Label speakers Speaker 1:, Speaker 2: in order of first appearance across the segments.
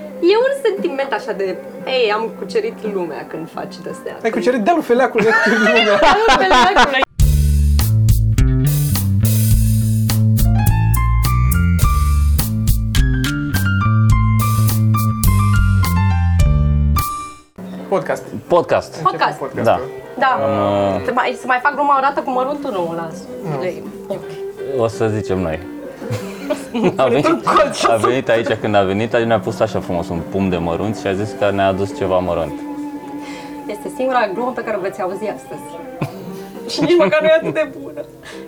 Speaker 1: E un sentiment așa de, ei, am cucerit lumea când faci Păi, de astea.
Speaker 2: Ai cucerit dealul feleacului de lumea.
Speaker 1: da.
Speaker 2: Podcast.
Speaker 3: Podcast.
Speaker 1: Podcast.
Speaker 2: Începem podcastul.
Speaker 3: Da.
Speaker 1: Da,
Speaker 3: Ah.
Speaker 1: să, mai, să mai fac gluma o dată cu măruntul, nu o las. E ok.
Speaker 3: O să zicem noi. A venit, a venit aici când a venit, a ne-a pus așa frumos un pumn de mărunt și a zis că ne-a adus ceva mărunt.
Speaker 1: Este singura glumă pe care o veți auzi astăzi. Și nici măcar nu e atât de bună.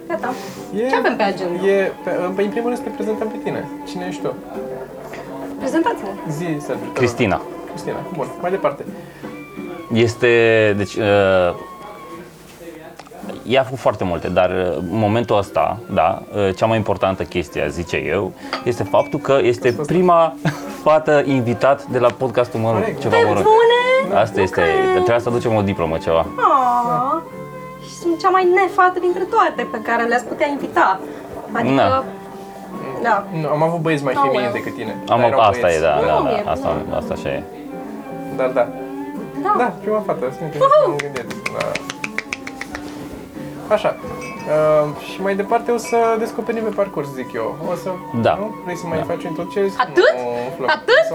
Speaker 1: Gata.
Speaker 2: E-
Speaker 1: Ce avem pe agenda?
Speaker 2: E, pe, păi, în primul rând să te prezentăm pe tine. Cine ești tu?
Speaker 1: Prezentați-mă.
Speaker 2: Zi, Sergiu. te rog.
Speaker 3: Cristina.
Speaker 2: Cristina. Bun, mai departe.
Speaker 3: Este, deci, uh, ea a făcut foarte multe, dar uh, în momentul ăsta, da, uh, cea mai importantă chestie, zice eu, este faptul că este prima fată invitat de la podcastul Mărunt,
Speaker 2: Corect.
Speaker 3: ceva
Speaker 1: Pe
Speaker 3: mărunt.
Speaker 1: bune!
Speaker 3: Asta este,
Speaker 1: cred.
Speaker 3: trebuie să aducem o diplomă, ceva.
Speaker 1: Aaa. Ah. Și sunt cea mai nefată dintre toate pe care le-ați putea invita. Adică...
Speaker 3: Na.
Speaker 1: Da.
Speaker 2: Nu, am avut băieți mai
Speaker 1: Oh,
Speaker 2: femini
Speaker 1: well.
Speaker 2: decât tine.
Speaker 3: Am,
Speaker 2: Dar erau
Speaker 3: asta e,
Speaker 2: băieți.
Speaker 3: da, da,
Speaker 1: Nu, e-
Speaker 3: da, asta, asta așa e.
Speaker 2: Dar da.
Speaker 1: Da.
Speaker 2: Da, prima fată, sincer, nu am gândit la... Așa. Uh, și mai departe o să descoperim pe parcurs, zic eu. O să...
Speaker 3: Da.
Speaker 2: Nu? Vrei să mai
Speaker 3: Da.
Speaker 2: faci o introducere?
Speaker 1: Atât?
Speaker 2: Nu, Flo.
Speaker 1: Atât?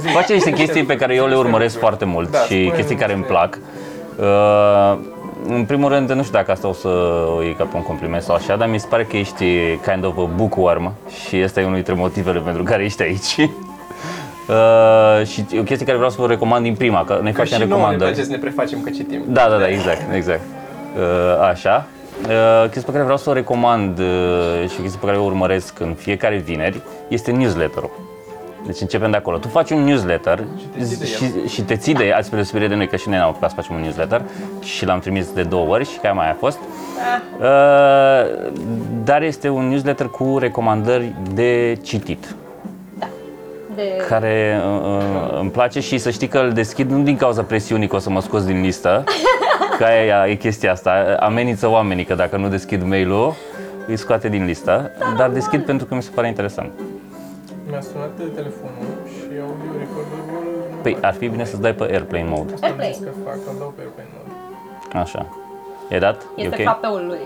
Speaker 2: Zi.
Speaker 3: Face niște chestii pe care eu le urmăresc foarte mult
Speaker 2: Da,
Speaker 3: și
Speaker 2: spune
Speaker 3: chestii care îmi
Speaker 2: niște-
Speaker 3: plac. Uh, în primul rând, nu știu dacă asta o să o iei ca pe un compliment sau așa, dar mi se pare că ești kind of a bookworm și ăsta e unul dintre motivele pentru care ești aici. Uh, și o chestie care vreau să vă recomand din prima, că ne
Speaker 2: Că și
Speaker 3: facem
Speaker 2: nouă ne
Speaker 3: recomandări.
Speaker 2: place să ne prefacem că citim.
Speaker 3: Da, da, da, exact, exact. Uh, așa. Uh, chestia pe care vreau să o recomand uh, și o chestie pe care o urmăresc în fiecare vineri este newsletterul. Deci începem de acolo. Tu faci un newsletter
Speaker 2: te ții de
Speaker 3: și, și te ții de el, spre deosebire de noi, că și noi n-am apucat să facem un newsletter și l-am trimis de două ori și cam mai a fost.
Speaker 2: Ah.
Speaker 3: Uh, dar este un newsletter cu recomandări de citit
Speaker 1: De...
Speaker 3: care uh, îmi place și să știi că îl deschid nu din cauza presiunii că o să mă scoți din listă, că aia e chestia asta, amenință oamenii că dacă nu deschid mail-ul, îi scoate din listă, dar deschid pentru că mi se pare interesant.
Speaker 2: Mi-a sunat telefonul și audio recorderul...
Speaker 3: Păi ar fi bine să-ți dai pe airplane mode.
Speaker 2: Asta am zis
Speaker 1: Airplane.
Speaker 2: că fac, îl dau pe airplane mode.
Speaker 3: Așa. E dat?
Speaker 1: Este
Speaker 3: e ok?
Speaker 1: frapeul lui.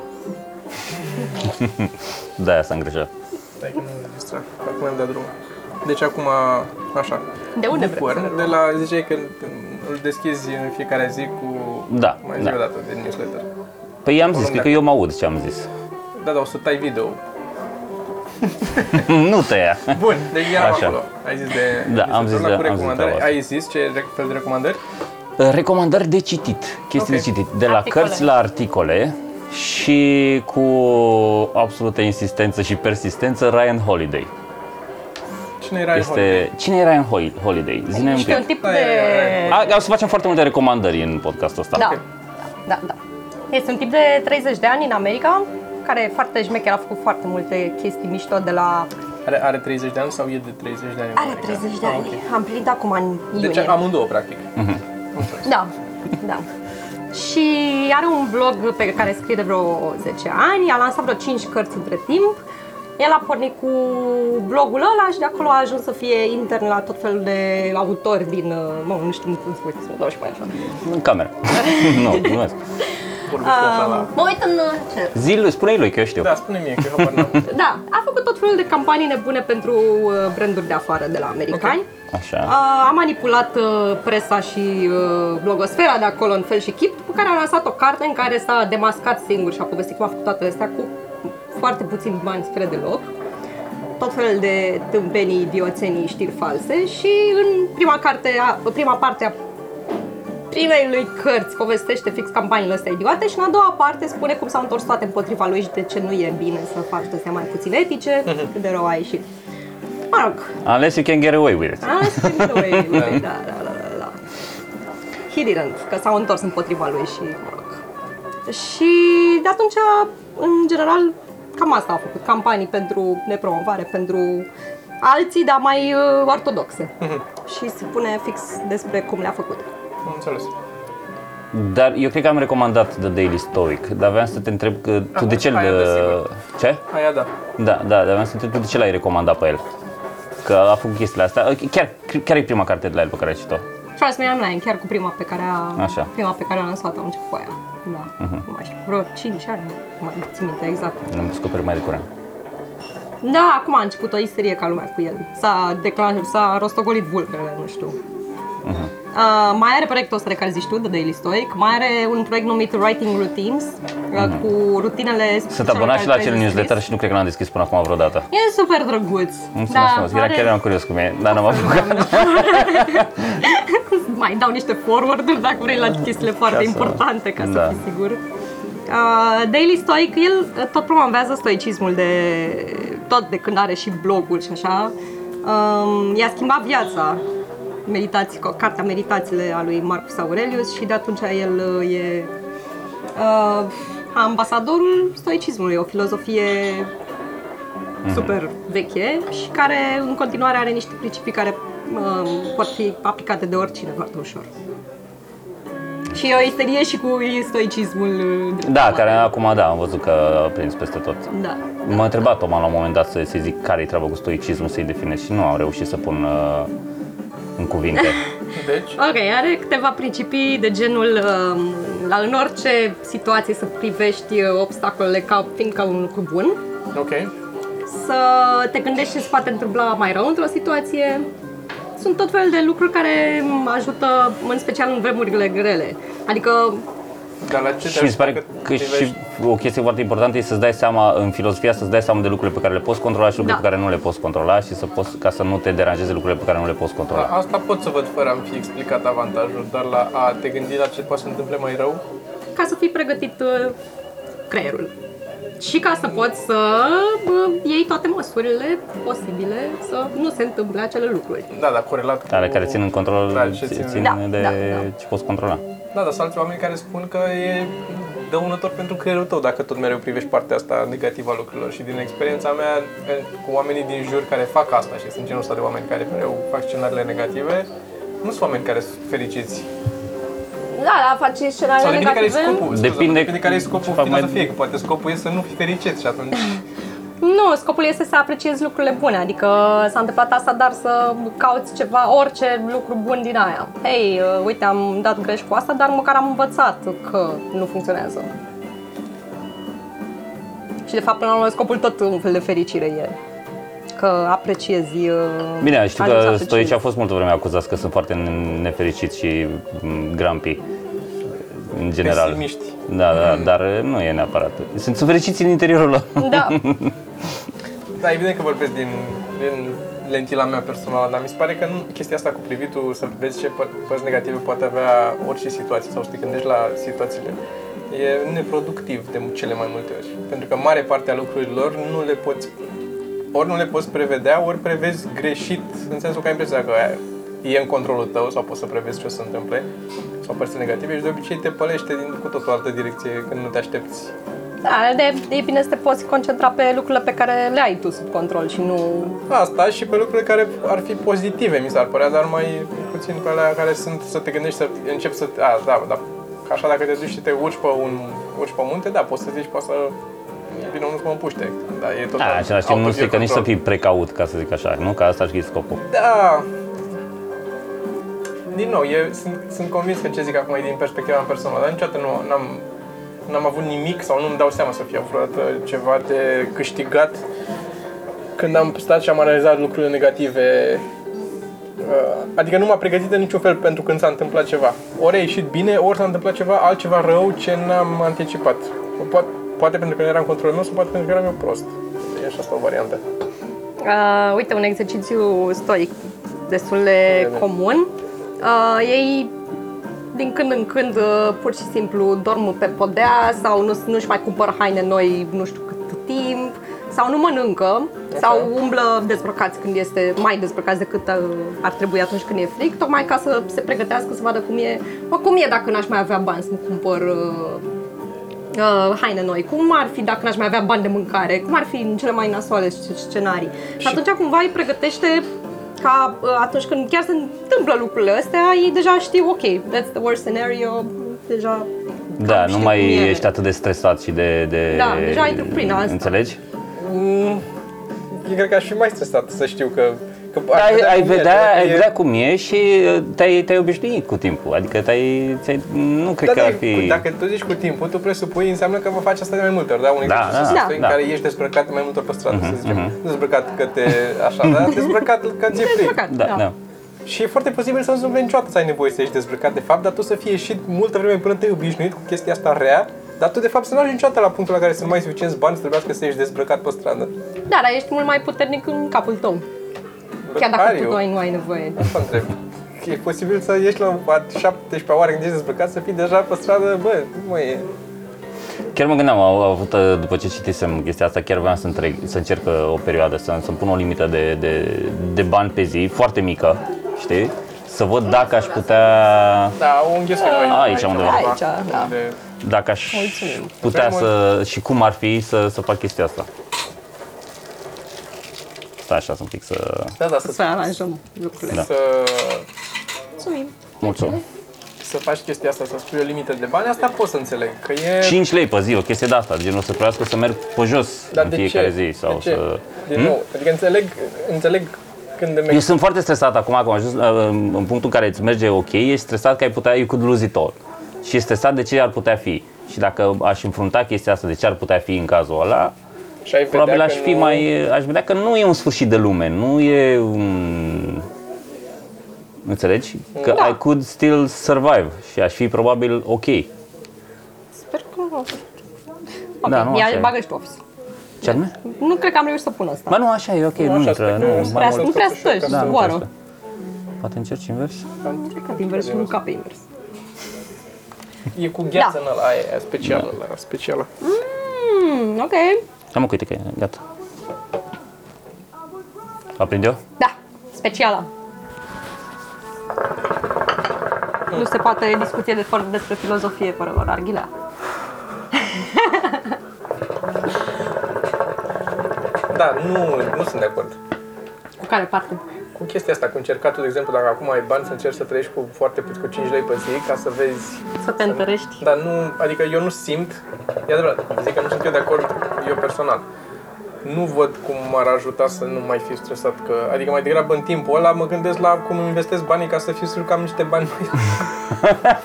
Speaker 3: Da, asta am grijă.
Speaker 2: Stai că nu mă distrag. Acum am dat drumul. Deci acum, așa.
Speaker 1: De unde vrem
Speaker 2: Bookworm, de la, ziceai că îl deschizi în fiecare zi cu...
Speaker 3: Da,
Speaker 2: Mai zi
Speaker 3: da.
Speaker 2: o dată de newsletter.
Speaker 3: Păi i-am zis, cred că eu mă aud ce am zis.
Speaker 2: Da, da, o să tai video.
Speaker 3: nu tăia.
Speaker 2: Bun, deci eram
Speaker 3: Așa.
Speaker 2: acolo. Ai zis de
Speaker 3: Da, am
Speaker 2: newsletter-ul ăla cu
Speaker 3: zis de- am zis de
Speaker 2: recomandări.
Speaker 3: treaba asta.
Speaker 2: Ai zis ce rec- fel de recomandări?
Speaker 3: Uh, Recomandări de citit, chestii
Speaker 2: Ok.
Speaker 3: de citit, de la
Speaker 1: Articole.
Speaker 3: cărți la articole și cu absolută insistență și persistență Ryan Holiday.
Speaker 2: Cine era Holiday?
Speaker 3: Este... Cine e Ryan Hol- Holiday? Zine un
Speaker 1: Este un
Speaker 3: pic.
Speaker 1: tip
Speaker 2: Hai,
Speaker 1: de...
Speaker 2: hai,
Speaker 3: A, o să facem foarte multe recomandări în podcastul ăsta.
Speaker 1: Da. Da, da. Este un tip de 30 de ani în America, care e foarte șmecher, a făcut foarte multe chestii mișto de la...
Speaker 2: Are, are 30 de ani sau e de 30 de ani?
Speaker 1: Are
Speaker 2: Monica?
Speaker 1: 30 de
Speaker 2: Ah,
Speaker 1: ani.
Speaker 2: ok.
Speaker 1: Am plinit acum în iunie.
Speaker 2: Deci amândouă, practic.
Speaker 1: Da, da. Și are un blog pe care scrie de vreo 10 ani, a lansat vreo 5 cărți între timp. El a pornit cu blogul ăla și de acolo a ajuns să fie intern la tot felul de autori din... uh, Mă, nu știu cum să mă dau și mai așa.
Speaker 3: În cameră. nu, mulțumesc.
Speaker 2: Vorbesc la la-
Speaker 1: Mă uit în uh, cer.
Speaker 3: Zil, spune-i lui că eu știu.
Speaker 2: Da, spune mie că eu habar n-am.
Speaker 1: Da, a făcut tot felul de campanii nebune pentru uh, branduri de afară de la americani.
Speaker 3: Așa.
Speaker 1: A, a manipulat uh, presa și uh, blogosfera de acolo în fel și chip, după care a lansat o carte în care s-a demascat singur și a povestit cum a făcut toate astea cu foarte puțin bani spre deloc. Tot felul de tâmpenii, idioțenii, știri false și în prima, carte, a, prima parte a primei lui cărți povestește fix campaniile astea idiote și în a doua parte spune cum s-au întors toate împotriva lui și de ce nu e bine să faci astea mai puțin etice, cât de rău a ieșit. Mă rog,
Speaker 3: Unless you can get away with it.
Speaker 1: Ah, Spin it away. da, da, da, da, da. He didn't, că s-au întors împotriva lui și, mă rog. Și de atunci, în general, cam asta a făcut. Campanii pentru nepromovare, pentru alții, dar mai uh, ortodoxe. și se pune fix despre cum le-a făcut.
Speaker 2: Am înțeles.
Speaker 3: Dar eu cred că am recomandat The Daily Stoic, dar aveam să te întreb că tu de ce
Speaker 2: aia,
Speaker 3: îl... Ce?
Speaker 2: Aia da.
Speaker 3: Da, da, dar aveam să te întreb tu de ce l-ai recomandat pe el. că a făcut chestiile astea. Chiar, chiar e prima carte de la el pe care ai citit-o.
Speaker 1: Trust Me Online, chiar cu prima pe care a,
Speaker 3: Așa.
Speaker 1: prima pe care a lansat am început cu aia. Da, uh-huh. mai știu, vreo 5 ani, nu mai țin minte exact.
Speaker 3: Am descoperit mai de curând.
Speaker 1: Da, acum a început o isterie ca lumea cu el. S-a declanșat, s-a rostogolit vulpele, nu știu. Uh, mai are proiectul ăsta de care zici tu, de Daily Stoic, mai are un proiect numit Writing Routines, uh, cu rutinele
Speaker 3: Mhm. Sunt
Speaker 1: celor
Speaker 3: abonat
Speaker 1: care
Speaker 3: și la acel
Speaker 1: trebuie scris.
Speaker 3: newsletter și nu cred că l-am deschis până acum vreodată.
Speaker 1: E super drăguț. Da,
Speaker 3: Mulțumesc frumos, era
Speaker 1: are-
Speaker 3: chiar eram curios cum e, dar n-am apucat.
Speaker 1: mai dau niște forward dacă vrei la chestiile foarte
Speaker 3: să-
Speaker 1: importante, ca
Speaker 3: da.
Speaker 1: să fii sigur. Uh, Daily Stoic, el uh, tot promovează stoicismul de tot de când are și blogul și așa. Um, i-a schimbat viața meditații, co- cartea Meditațiile a lui Marcus Aurelius și de atunci el uh, e uh, ambasadorul stoicismului, o filozofie
Speaker 3: Mhm.
Speaker 1: super veche și care în continuare are niște principii care um, pot fi aplicate de oricine foarte ușor. Și e o isterie și cu stoicismul. uh,
Speaker 3: Da, care acum da, am văzut că a prins peste tot.
Speaker 1: Da.
Speaker 3: M-a întrebat Toma la un moment dat să- să-i zic care-i treaba cu stoicismul, să-i definesc și nu am reușit să pun uh, în cuvinte.
Speaker 2: Deci,
Speaker 1: Ok, are câteva principii de genul um, la în orice situație să privești uh, obstacolele ca fiind ca un lucru bun,
Speaker 2: ok.
Speaker 1: să te gândești ce se poate întâmpla mai rău într-o situație. Sunt tot felul de lucruri care mă ajută, în special în vremurile grele. Adică
Speaker 2: Dar la ce
Speaker 3: și mi se pare
Speaker 2: ajută
Speaker 3: că și
Speaker 2: privești?
Speaker 3: o chestie foarte importantă e să-ți dai seama în filozofia, să-ți dai seama de lucrurile pe care le poți controla și lucrurile
Speaker 1: Da.
Speaker 3: pe care nu le poți controla și să poți, ca să nu te deranjeze lucrurile pe care nu le poți controla.
Speaker 2: A- Asta pot să văd fără a-mi fi explicat avantajul, dar la a te gândi la ce poate să întâmple mai rău,
Speaker 1: ca să fii pregătit uh, creierul. Și ca să poți să uh, iei toate măsurile posibile să nu se întâmple acele lucruri.
Speaker 2: da, dar corelat cu...
Speaker 3: Ale care țin în control,
Speaker 2: Da, ce
Speaker 3: țin,
Speaker 2: țin-
Speaker 3: țin
Speaker 1: Da,
Speaker 3: de
Speaker 1: da, da.
Speaker 3: ce poți controla.
Speaker 2: Da, dar sunt alți oameni care spun că e dăunător pentru creierul tău dacă tot mereu privești partea asta negativă a lucrurilor și din experiența mea în- cu oamenii din jur care fac asta și sunt genul ăsta de oameni care mereu fac scenariile negative, nu sunt oameni care sunt fericiți.
Speaker 1: Da, la face
Speaker 2: Sau
Speaker 1: scenarii
Speaker 2: depinde care e scopul. scuze,
Speaker 3: Depinde-
Speaker 2: depinde care e scopul
Speaker 3: ceva mai-
Speaker 2: filozofiei, că poate scopul e să nu fii fericit și atunci...
Speaker 1: Nu, scopul este să apreciezi lucrurile bune, adică s-a întâmplat asta, dar să cauți ceva, orice lucru bun din aia. Hei, uh, uite, am dat greș cu asta, dar măcar am învățat că nu funcționează. Și de fapt, până la urmă, scopul tot un fel de fericire e. Că apreciezi... uh,
Speaker 3: Bine, știu
Speaker 1: ajungi să
Speaker 3: că
Speaker 1: apreciezi.
Speaker 3: stoicii au fost multă vreme acuzați că sunt foarte ne- nefericiți și m, grampi în general.
Speaker 2: Pesimiști.
Speaker 3: Da, da, dar nu e neapărat. Sunt fericiți în interiorul lor.
Speaker 1: Da,
Speaker 2: Da, evident că vorbesc din, din lentila mea personală, dar mi se pare că nu, chestia asta cu privitul, să vezi ce pă- părți negative poate avea orice situație sau să te gândești la situațiile, e neproductiv de cele mai multe ori. Pentru că mare parte a lucrurilor nu le poți, ori nu le poți prevedea, ori prevezi greșit, în sensul că ai impresia că aia e în controlul tău sau poți să prevezi ce o să întâmple sau părți negative și de obicei te pălește din, cu tot o altă direcție când nu te aștepți.
Speaker 1: da de, e bine să te poți concentra pe lucrurile pe care le ai tu sub control și nu
Speaker 2: Asta și pe lucruri care ar fi pozitive, mi s-ar părea, dar mai puțin pe alea care sunt să te gândești, să începi să... A, da, da. Ca așa dacă te duci și te urci pe un urci pe munte, da, poți să zici, poți să vină unul să mă împuște. Da, e tot
Speaker 3: Da, în același timp nu strică nici să fii precaut, ca să zic așa, nu? Că asta ar fi scopul.
Speaker 2: Da. Din nou, eu sunt, sunt convins că ce zic acum e din perspectiva mea personală, dar niciodată nu n-am, n-am avut nimic sau nu-mi dau seama să fie vreodată ceva de câștigat când am stat și am analizat lucrurile negative. Uh, Adică nu m-a pregătit în niciun fel pentru când s-a întâmplat ceva. Ori a ieșit bine, ori s-a întâmplat ceva altceva rău ce n-am anticipat. Poate, poate pentru că nu era în controlul meu sau poate pentru că eram eu prost. E și asta o variantă.
Speaker 1: Uh, uite, un exercițiu stoic destul de
Speaker 2: Bine.
Speaker 1: comun. Uh, ei din când în când uh, pur și simplu dorm pe podea sau nu, nu-și mai cumpără haine noi nu știu cât timp sau nu mănâncă sau umblă dezbrăcați când este mai dezbrăcați decât uh, ar trebui atunci când e frig, tocmai ca să se pregătească să vadă cum e, mă, cum e dacă n-aș mai avea bani să-mi cumpăr uh, uh, haine noi, cum ar fi dacă n-aș mai avea bani de mâncare, cum ar fi în cele mai nasoale sc- scenarii. Și atunci cumva îi pregătește ca uh, atunci când chiar se întâmplă lucrurile astea, ei deja știu, ok, that's the worst scenario, deja
Speaker 3: Da,
Speaker 1: știu
Speaker 3: nu mai
Speaker 1: cum e.
Speaker 3: ești atât de stresat și de... de
Speaker 1: Da, deja ai trecut prin asta.
Speaker 3: Înțelegi?
Speaker 2: Mm, Eu cred că aș fi mai stresat să știu că Că
Speaker 3: Ai, ai,
Speaker 2: cum e,
Speaker 3: vedea, exact
Speaker 2: dacă
Speaker 3: ai
Speaker 2: e-
Speaker 3: vedea cum e și uh, te-ai, te-ai obișnuit cu timpul. Adică te-ai, ți-ai, nu cred
Speaker 2: Da,
Speaker 3: că
Speaker 2: da,
Speaker 3: ar fi...
Speaker 2: cu- dacă tu zici cu timpul, tu presupui, înseamnă că vă faci asta de mai multe ori, da? Un
Speaker 3: Da,
Speaker 2: exercițiu
Speaker 3: da,
Speaker 2: să spui în
Speaker 3: da. Mhm,
Speaker 2: care ești dezbrăcat de mai multe ori pe stradă, să zicem. Nu dezbrăcat că te așa, dar dezbrăcat că ți-e frig.
Speaker 1: Dezbrăcat,
Speaker 3: Da, da. da.
Speaker 2: Și e foarte posibil să nu vei niciodată să ai nevoie să ești dezbrăcat, de fapt, dar tu să fie și multă vreme până te obișnuit cu chestia asta rea, dar tu, de fapt, să nu ajungi niciodată la punctul la care să nu mai ai suficienți bani să trebuiască să ești dezbrăcat pe stradă.
Speaker 1: Da, dar ești mult mai puternic în capul tău. Chiar
Speaker 2: Care
Speaker 1: dacă
Speaker 2: eu?
Speaker 1: tu nu ai, nu ai nevoie.
Speaker 2: Asta întreb. E posibil să ieși la a 17 oară când ești dezbrăcat să fii deja pe stradă, bă, nu mai e.
Speaker 3: Chiar mă gândeam, au au avut, uh, după ce citisem chestia asta, chiar vreau să, întreg, să încerc uh, o perioadă, să, să-mi pun o limită de, de, de bani pe zi, foarte mică, știi? Să văd dacă aș putea,
Speaker 2: Da, o înghesuie noi.
Speaker 3: Ah, Aici undeva.
Speaker 1: Aici, da.
Speaker 2: Unde-
Speaker 3: dacă aș
Speaker 1: Mulțumim.
Speaker 3: putea
Speaker 2: Vrem
Speaker 3: să, și cum ar fi să, să fac chestia asta. Stai așa, să un pic să...
Speaker 2: Da, da, să,
Speaker 1: Să aranjăm lucrurile.
Speaker 3: Da.
Speaker 2: să,
Speaker 1: Mulțumim.
Speaker 3: Mulțumesc.
Speaker 2: să faci chestia asta, să spui o limită de bani, asta pot să înțeleg, că e...
Speaker 3: 5 lei pe zi, o chestie de asta, genul să trebuiască să merg pe jos
Speaker 2: dar
Speaker 3: în
Speaker 2: de
Speaker 3: fiecare
Speaker 2: ce?
Speaker 3: zi sau
Speaker 2: de ce?
Speaker 3: să... Hmm?
Speaker 2: Din nou, adică înțeleg, înțeleg când de
Speaker 3: Eu
Speaker 2: mergi.
Speaker 3: sunt foarte stresat acum, că am ajuns uh, în în punctul în care îți merge ok, ești stresat că ai putea, you could lose it all. Și ești stresat de ce ar putea fi. Și dacă aș înfrunta chestia asta, de ce ar putea fi în cazul ăla,
Speaker 2: Și ai vedea
Speaker 3: probabil
Speaker 2: că
Speaker 3: aș fi
Speaker 2: nu-
Speaker 3: mai, aș vedea că nu e un sfârșit de lume, nu e un... Înțelegi? Că
Speaker 1: Da.
Speaker 3: I could still survive și aș fi probabil ok.
Speaker 1: Sper că nu.
Speaker 3: Da,
Speaker 1: Ok,
Speaker 3: nu, așa e.
Speaker 1: Ia, bagă și tu office.
Speaker 3: Ce anume?
Speaker 1: Nu cred că am reușit să pun asta.
Speaker 3: Ba nu, așa e, ok, nu,
Speaker 2: așa
Speaker 3: intră,
Speaker 2: stai că
Speaker 3: nu,
Speaker 2: nu
Speaker 3: mai
Speaker 1: prea,
Speaker 2: mult
Speaker 1: nu prea
Speaker 2: că pușecă.
Speaker 1: stă și
Speaker 3: Da, nu
Speaker 1: zboară.
Speaker 3: trebuie să- Poate încerci invers?
Speaker 1: Cred că inversul nu cap invers.
Speaker 2: E cu gheață
Speaker 1: Da.
Speaker 2: în ăla, aia e specială, da. specială.
Speaker 1: Mm, ok.
Speaker 3: Am mă, că uite că e, gata. Aprinde-o?
Speaker 1: Da, specială. Nu se poate discuție de fără despre filozofie fără lor arghilea.
Speaker 2: Da, nu, nu sunt de acord.
Speaker 1: Cu care parte?
Speaker 2: Cu chestia asta, cu încercatul, de exemplu, dacă acum ai bani să încerci să trăiești cu foarte puțin, cu 5 lei pe zi, ca să vezi
Speaker 1: Să te întărești.
Speaker 2: Dar nu, adică eu nu simt, e adevărat, zic că nu sunt eu de acord, eu personal. Nu văd cum m-ar ajuta să nu mai fiu stresat, că, adică mai degrabă în timpul ăla mă gândesc la cum îmi investesc banii ca să fiu sigur că am niște bani mai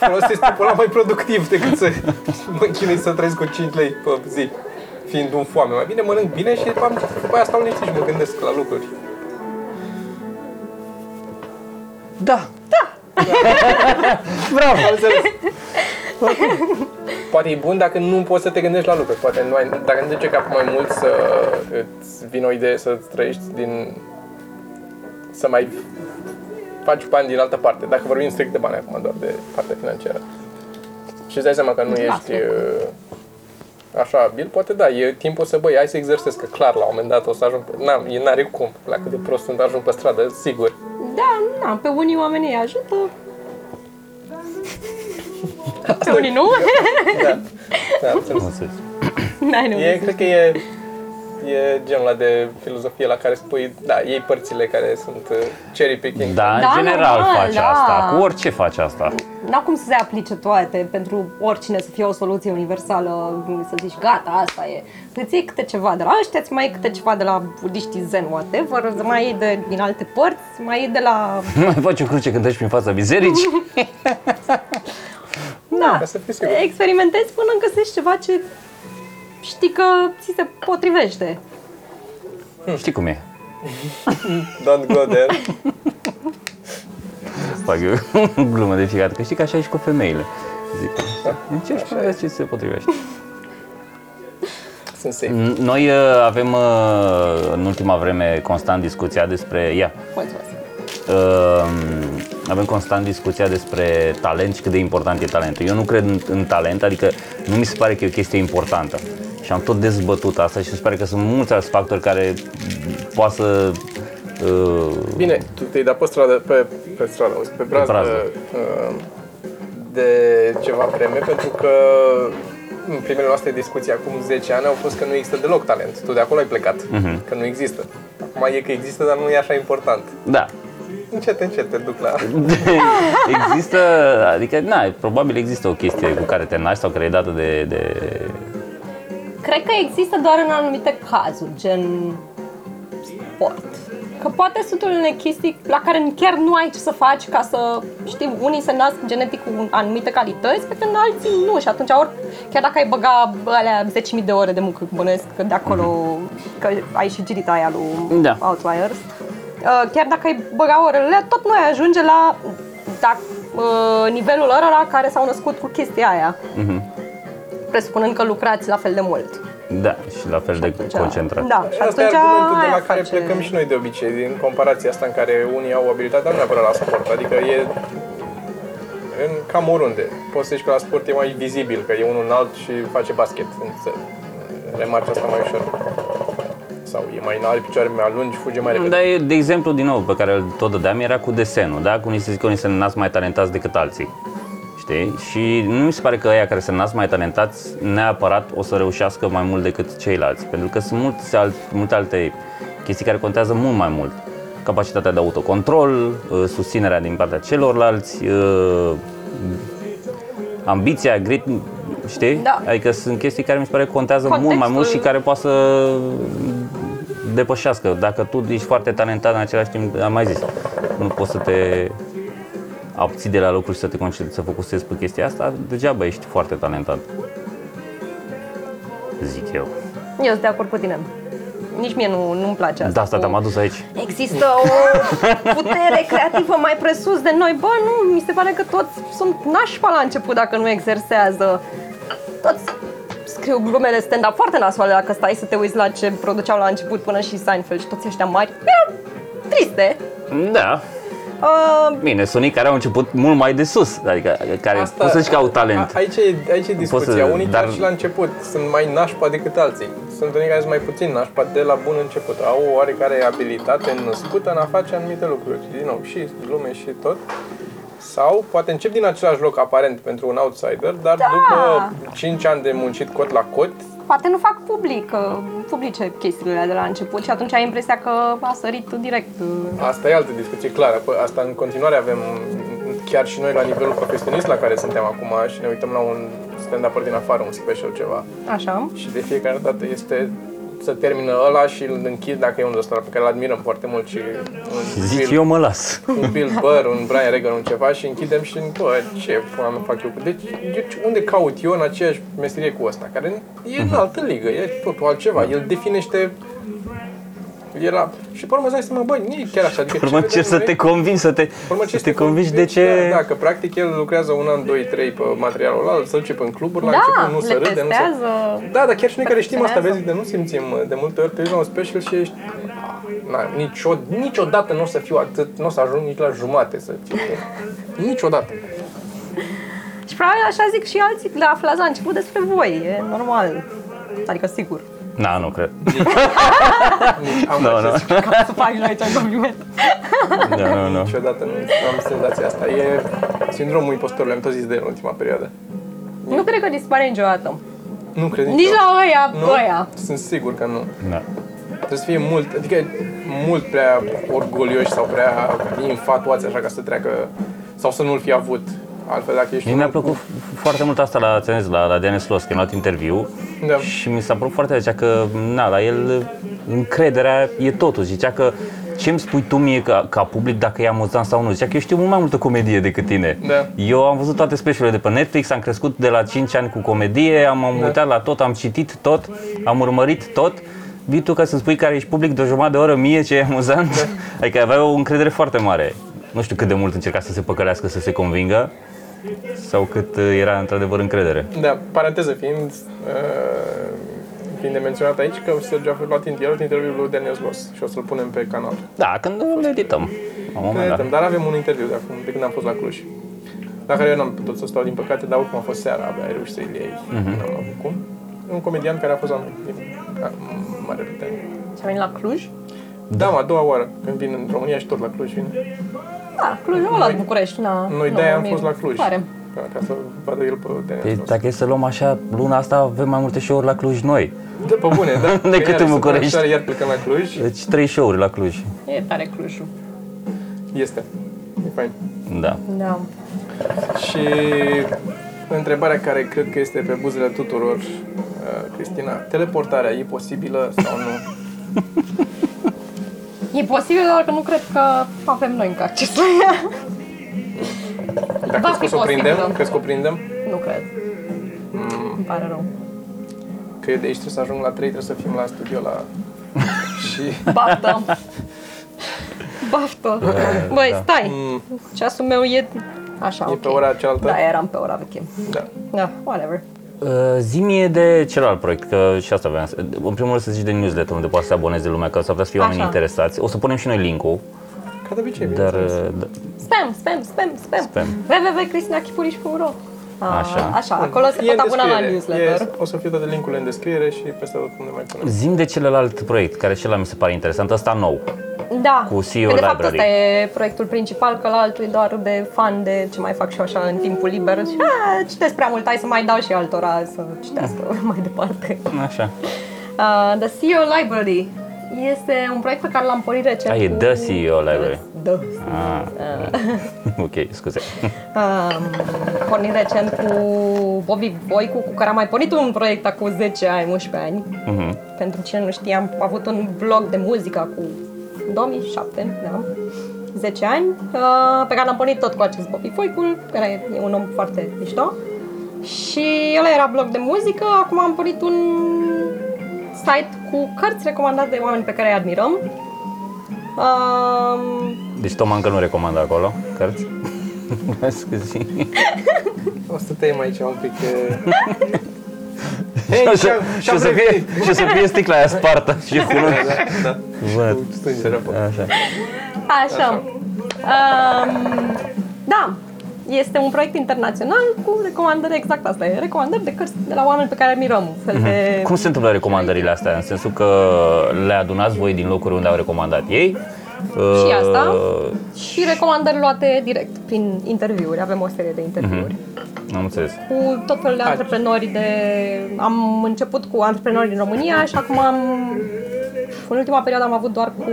Speaker 2: folosesc timpul ăla mai productiv decât să mă chinui să trăiesc cu 5 lei pe zi, fiind un foame. Mai bine mănânc bine și după, am- după aia stau liniștit și mă gândesc la lucruri.
Speaker 3: Da. Da. Bravo.
Speaker 2: Am înțeles. Poate e bun dacă nu poți să te gândești la lucruri. Poate nu ai, dacă nu duce cap mai mult să îți vină o idee să trăiești din... să mai faci bani din altă parte. Dacă vorbim strict de bani acum, doar de partea financiară. Și îți dai seama că nu
Speaker 1: Da,
Speaker 2: ești
Speaker 1: sigur.
Speaker 2: uh, așa abil, poate da, e timpul să, băi, hai să exersez, că clar la un moment dat o să ajung, pe- n-am, e- n-are cum, la cât de prost sunt ajung pe stradă, sigur.
Speaker 1: Da, na, pe unii oamenii îi ajută. Pe unii nu?
Speaker 2: Da, da, am înțeles.
Speaker 1: N-ai
Speaker 2: E,
Speaker 1: nevoie.
Speaker 2: cred că e, e genul ăla de filozofie la care spui, da, iei părțile care sunt uh, cherry picking.
Speaker 3: Da, în
Speaker 1: Da,
Speaker 3: general
Speaker 1: normal,
Speaker 3: faci
Speaker 1: da.
Speaker 3: asta. Cu orice faci asta.
Speaker 1: N-au cum să se aplice toate pentru oricine să fie o soluție universală, să zici gata, asta e. Îți iei câte ceva de la ăștia, îți mai iei câte ceva de la budiștii zen, whatever, îți mai iei de, din alte părți, îți mai iei de la...
Speaker 3: Nu mai faci o cruce când treci prin fața bisericii.
Speaker 1: Da,
Speaker 2: ca să fii sigur.
Speaker 1: experimentezi până găsești ceva ce știi că ți se potrivește.
Speaker 3: Știi cum e.
Speaker 2: Don't go there.
Speaker 3: Fac eu glumă de fiecare dată, că știi că așa e și cu femeile. Zic, "Deci încerci până vezi ce ți se potrivește.
Speaker 2: sunt safe.
Speaker 3: N- Noi uh, avem uh, în ultima vreme constant discuția despre ea.
Speaker 1: Mulțumesc.
Speaker 3: Uh, avem constant discuția despre talent și cât de important e talentul. Eu nu cred în, în talent, adică nu mi se pare că e o chestie importantă. Și am tot dezbătut asta și mi se pare că sunt mulți alți factori care poate să... Uh,
Speaker 2: Bine, tu te-ai dat pe stradă, pe, pe stradă, auzi, pe brazdă,
Speaker 3: brazdă.
Speaker 2: uh, de ceva vreme, pentru că în primele noastre discuții acum 10 ani au fost că nu există deloc talent. Tu de acolo ai plecat, că nu există. Acum e că există, dar nu e așa important.
Speaker 3: da,
Speaker 2: Încet, încet te duc la...
Speaker 3: există, adică, na, probabil există o chestie cu care te naști sau care e dată de, de...
Speaker 1: Cred că există doar în anumite cazuri, gen sport. Că poate sunt unele chestii la care chiar nu ai ce să faci ca să știi, unii se nasc genetic cu anumite calități, pe când alții nu și atunci ori, chiar dacă ai băga bă, alea 10.000 de ore de muncă, bănuiesc că de acolo, că ai și girita aia lui
Speaker 3: Da.
Speaker 1: Outliers, uh, chiar dacă ai băga orele, tot nu ai ajunge la da, uh, nivelul ăla care s-au născut cu chestia aia,
Speaker 3: Mhm.
Speaker 1: presupunând că lucrați la fel de mult.
Speaker 3: Da, și la fel de concentrat.
Speaker 1: Da, și
Speaker 2: Asta e
Speaker 1: atunci
Speaker 2: argumentul de
Speaker 1: aia
Speaker 2: la care
Speaker 1: face-
Speaker 2: plecăm și noi de obicei, din comparația asta în care unii au abilitatea nu neapărat la sport, adică e în cam oriunde. Poți să zici că la sport e mai vizibil, că e unul înalt și face basket. Înțe- Remarci asta mai ușor. Sau e mai înalt, picioarele mai lungi, fuge mai repede.
Speaker 3: Dar e, de exemplu, din nou, pe care îl tot dădeam, era cu desenul, da? Cu unii se zic că unii se nasc mai talentați decât alții. Știi? Și nu mi se pare că aia care se nasc mai talentați neapărat o să reușească mai mult decât ceilalți. Pentru că sunt multe, al- multe alte chestii care contează mult mai mult. Capacitatea de autocontrol, ă, susținerea din partea celorlalți, ă, ambiția, grit, știi?
Speaker 1: Da.
Speaker 3: Adică sunt chestii care mi se pare că contează mult mai
Speaker 1: Contextul.
Speaker 3: mult și care poate să depășească. Dacă tu ești foarte talentat în același timp, am mai zis, nu poți să te abții de la lucruri și să te concentrezi, să focusezi pe chestia asta, degeaba ești foarte talentat. Zic eu.
Speaker 1: Eu sunt de acord cu tine. Nici mie nu, nu-mi place asta.
Speaker 3: De Da, asta
Speaker 1: cu-
Speaker 3: te-am adus aici.
Speaker 1: Există o putere creativă mai presus de noi. Bă, nu, mi se pare că toți sunt nașpa la început dacă nu exersează. Toți scriu glumele stand-up foarte nasoale dacă stai să te uiți la ce produceau la început până și Seinfeld și toți ăștia mari. Erau triste.
Speaker 3: Da.
Speaker 1: Uh,
Speaker 3: Bine, sunt unii care au început mult mai de sus, adică care
Speaker 2: Asta-
Speaker 3: pot să zici că au talent.
Speaker 2: A- Aici e, aici e discuția.
Speaker 3: să-
Speaker 2: unii dar...
Speaker 3: dar-
Speaker 2: chiar și la început sunt mai nașpa decât alții. Sunt unii care sunt mai puțin nașpa de la bun început. Au o oarecare abilitate născută în a face anumite lucruri. Și, Din nou, și glume și tot. Sau poate încep din același loc aparent pentru un outsider, dar da. după 5 ani de muncit cot la cot,
Speaker 1: poate nu fac public, uh, publice chestiile alea de la început și atunci ai impresia că a sărit direct. uh,
Speaker 2: asta e altă discuție clară. Pă, Asta în continuare avem chiar și noi la nivelul profesionist la care suntem acum și ne uităm la un stand-up din afară, un special ceva.
Speaker 1: Așa.
Speaker 2: Și de fiecare dată este să termină ăla și îl închid dacă e unul ăsta pe care îl admirăm foarte mult și un
Speaker 3: Zici,
Speaker 2: Bill,
Speaker 3: eu mă las.
Speaker 2: un Bill Burr, un Brian Regan, un ceva și închidem și bă, ce oameni fac eu? Deci, deci unde caut eu în aceeași meserie cu ăsta? Care e
Speaker 3: Mhm.
Speaker 2: în altă ligă, e totul altceva. El definește era... Și pe urmă îți dai seama, bă, nu e chiar așa. Adică
Speaker 3: Pe Urmă
Speaker 2: ce
Speaker 3: încerci să
Speaker 2: vedem
Speaker 3: te
Speaker 2: noi-
Speaker 3: convingi, să te,
Speaker 2: pe urmă
Speaker 3: să
Speaker 2: este
Speaker 3: te convingi de
Speaker 2: convins,
Speaker 3: ce...
Speaker 2: Da, da, că practic el lucrează un an, doi, trei pe materialul ăla, se duce pe în cluburi, la
Speaker 1: Da,
Speaker 2: început nu
Speaker 1: le
Speaker 2: se râde, nu se...
Speaker 1: testează.
Speaker 2: Da, dar chiar și noi care știm asta,
Speaker 1: Perfecționează.
Speaker 2: vezi, de nu simțim de multe ori, te uiți la un special și ești... Na, nicio, niciodată nu o să fiu atât, nu o să ajung nici la jumate să fiu. Niciodată.
Speaker 1: Și probabil așa zic și alții, le aflați la început despre voi, e normal. Adică sigur.
Speaker 3: Na, nu cred. Da,
Speaker 2: Nici, am
Speaker 3: Nu, nu.
Speaker 1: Ca să faci la aici în compliment.
Speaker 3: Da, nu, nu.
Speaker 2: Niciodată nu am senzația asta. E sindromul impostorului, am tot zis de el în ultima perioadă.
Speaker 1: Nu cred că dispare niciodată.
Speaker 2: Nu cred
Speaker 1: Nici
Speaker 2: eu.
Speaker 1: la ăia,
Speaker 2: nu?
Speaker 1: ăia.
Speaker 2: Sunt sigur că nu.
Speaker 3: Da.
Speaker 2: Trebuie să fie mult, adică mult prea orgolioși sau prea infatuați așa ca să treacă sau să nu-l fi avut. Altfel dacă ești
Speaker 3: Mie mi-a
Speaker 2: unul cu-
Speaker 3: plăcut foarte mult asta la, ți-am zis, la, la Denis Slos, când am luat interviu
Speaker 2: Da.
Speaker 3: și mi s-a părut foarte zicea că, na, la el încrederea e totul. Zicea că ce îmi spui tu mie ca, ca public dacă e amuzant sau nu? Zicea că eu știu mult mai multă comedie decât tine.
Speaker 2: Da.
Speaker 3: Eu am văzut toate specialurile de pe Netflix, am crescut de la 5 ani cu comedie, am, am uitat la tot, am citit tot, am urmărit tot. Vii tu ca să spui care ești public de o jumătate de oră mie ce e amuzant? Adică avea o încredere foarte mare. Nu știu cât de mult încerca să se păcălească, să se convingă sau cât uh, era într-adevăr încredere.
Speaker 2: Da, paranteză fiind, uh, fiind de menționat aici că Sergiu a luat interviul, interviul lui Daniel Sloss și o să-l punem pe canal.
Speaker 3: Da, când îl edităm. La un moment dat.
Speaker 2: Dar avem un interviu de acum, de când am fost la Cluj. La care eu n-am putut să stau, din păcate, dar oricum a fost seara, abia ai reușit să-i iei. N-am avut cum. Un comedian care a fost la noi, din a, mare putere.
Speaker 1: Și am venit la Cluj?
Speaker 2: Da, mă, a doua oară, când vin în România și tot la Cluj vin.
Speaker 1: Da, Cluj, nu la București. Na,
Speaker 2: Noi
Speaker 1: nu,
Speaker 2: de am
Speaker 1: mi-
Speaker 2: fost la Cluj.
Speaker 1: Pare.
Speaker 2: Ca, ca să vadă el pe
Speaker 3: Păi,
Speaker 2: Daniel Sloss.
Speaker 3: dacă e să luăm așa, luna asta avem mai multe show-uri la Cluj noi.
Speaker 2: Da, pe bune, da.
Speaker 3: Decât
Speaker 2: Vineri,
Speaker 3: în București.
Speaker 2: săptămâna viitoare, Iar plecăm la Cluj.
Speaker 3: Deci trei show-uri la Cluj.
Speaker 1: E tare Clujul.
Speaker 2: Este. E fain.
Speaker 3: Da.
Speaker 1: Da.
Speaker 2: Și întrebarea care cred că este pe buzele tuturor, uh, Cristina, teleportarea e posibilă sau nu?
Speaker 1: E posibil, doar că nu cred că avem noi încă acces la ea.
Speaker 2: Dar
Speaker 1: Va
Speaker 2: crezi că o
Speaker 1: fi
Speaker 2: să o prindem?
Speaker 1: posibil.
Speaker 2: Crezi că o Mm. prindem?
Speaker 1: Nu cred. Îmi pare rău.
Speaker 2: Că eu de aici trebuie să ajung la 3, trebuie să fim la studio la... și...
Speaker 1: Baftă. Baftă. Băi,
Speaker 3: da.
Speaker 1: stai.
Speaker 2: Mm,
Speaker 1: Ceasul meu e așa,
Speaker 2: E
Speaker 1: ok.
Speaker 2: pe ora cealaltă?
Speaker 1: Da, eram pe ora veche.
Speaker 2: da.
Speaker 1: Da, whatever.
Speaker 3: Uh, Zi-mi de celălalt proiect, că și asta aveam. să- În primul rând să zici de newsletter, unde poate să se aboneze lumea, că s-ar putea să fie oameni
Speaker 1: Așa.
Speaker 3: interesați. O să punem și noi link-ul,
Speaker 2: Ca de obicei,
Speaker 3: dar...
Speaker 2: bineînțeles.
Speaker 3: uh, Da,
Speaker 1: Spam, spam, spam, spam.
Speaker 3: Spam.
Speaker 1: www.cristinachipuriș.ro A,
Speaker 3: Așa.
Speaker 1: Așa, Da, acolo se
Speaker 2: E în
Speaker 1: pot abona la
Speaker 2: descriere.
Speaker 1: newsletter.
Speaker 2: E- o să fie toate linkurile în descriere și peste tot unde mai punem.
Speaker 3: Zim de celălalt proiect, care și ăla mi se pare interesant, ăsta nou.
Speaker 1: Da,
Speaker 3: Cu CEO
Speaker 1: că de fapt
Speaker 3: Library.
Speaker 1: ăsta e proiectul principal, că la altul e doar de fan de ce mai fac și eu așa în timpul liber și a, citesc prea mult, hai să mai dau și altora să citească mai departe.
Speaker 3: Așa.
Speaker 1: Uh, The CEO Library este un proiect pe care l-am pornit recent.
Speaker 3: Ah, e
Speaker 1: cu-
Speaker 3: The CEO Library.
Speaker 1: Da.
Speaker 3: Ah. ok, scuze.
Speaker 1: Am pornit recent cu Bobby Boicu, cu care am mai pornit un proiect acum 10 ani, 11 ani.
Speaker 3: Mhm.
Speaker 1: Pentru cine nu știe, am avut un blog de muzică cu 2007, da? 10 ani, uh, pe care l-am pornit tot cu acest Bobby Foicul, care e un om foarte mișto. Și el era blog de muzică, acum am pornit un site cu cărți recomandate de oameni pe care îi admirăm. Um,
Speaker 3: Deci Toma încă nu recomandă acolo cărți. Las că zi.
Speaker 2: O să tăiem aici un pic... e-
Speaker 3: Și o
Speaker 2: Hei,
Speaker 3: să-
Speaker 2: și-am
Speaker 3: și o
Speaker 2: și-am
Speaker 3: să
Speaker 2: revenit!
Speaker 3: fie, și o să fie sticla aia spartă și fulul.
Speaker 2: Da.
Speaker 3: Văd.
Speaker 2: Stângere.
Speaker 3: Așa.
Speaker 1: Așa. Um, da, este un proiect internațional cu recomandări, exact asta e, recomandări de cărți de la oameni pe care îi mirăm. Fel de...
Speaker 3: Cum se întâmplă recomandările astea? În sensul că le adunați voi din locuri unde au recomandat ei?
Speaker 1: Și asta.
Speaker 3: Uh,
Speaker 1: Și recomandări luate direct prin interviuri, avem o serie de interviuri.
Speaker 3: Am înțeles.
Speaker 1: Cu tot felul de antreprenori de... Am început cu antreprenori din România și acum am... În ultima perioadă am avut doar cu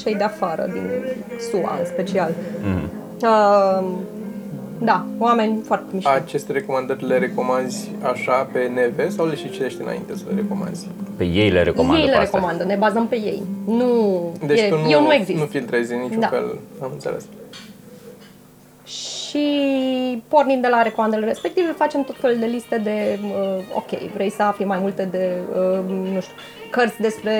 Speaker 1: cei de afară, din SUA în special.
Speaker 3: Mhm.
Speaker 1: Um, da, oameni foarte mișto.
Speaker 2: Aceste recomandări le recomanzi așa pe NV sau le și citești înainte să le recomanzi?
Speaker 3: Pe Păi ei le recomandă
Speaker 1: ei
Speaker 3: pe
Speaker 1: le
Speaker 3: astea.
Speaker 1: recomandă, ne bazăm pe ei. Nu,
Speaker 2: Deci
Speaker 1: e,
Speaker 2: tu nu,
Speaker 1: eu nu exist.
Speaker 2: nu filtrezi în niciun
Speaker 1: Da.
Speaker 2: fel. Am înțeles.
Speaker 1: Și pornind de la recomandările respective, facem tot felul de liste de, uh, ok, vrei să afli mai multe de, uh, nu știu, cărți despre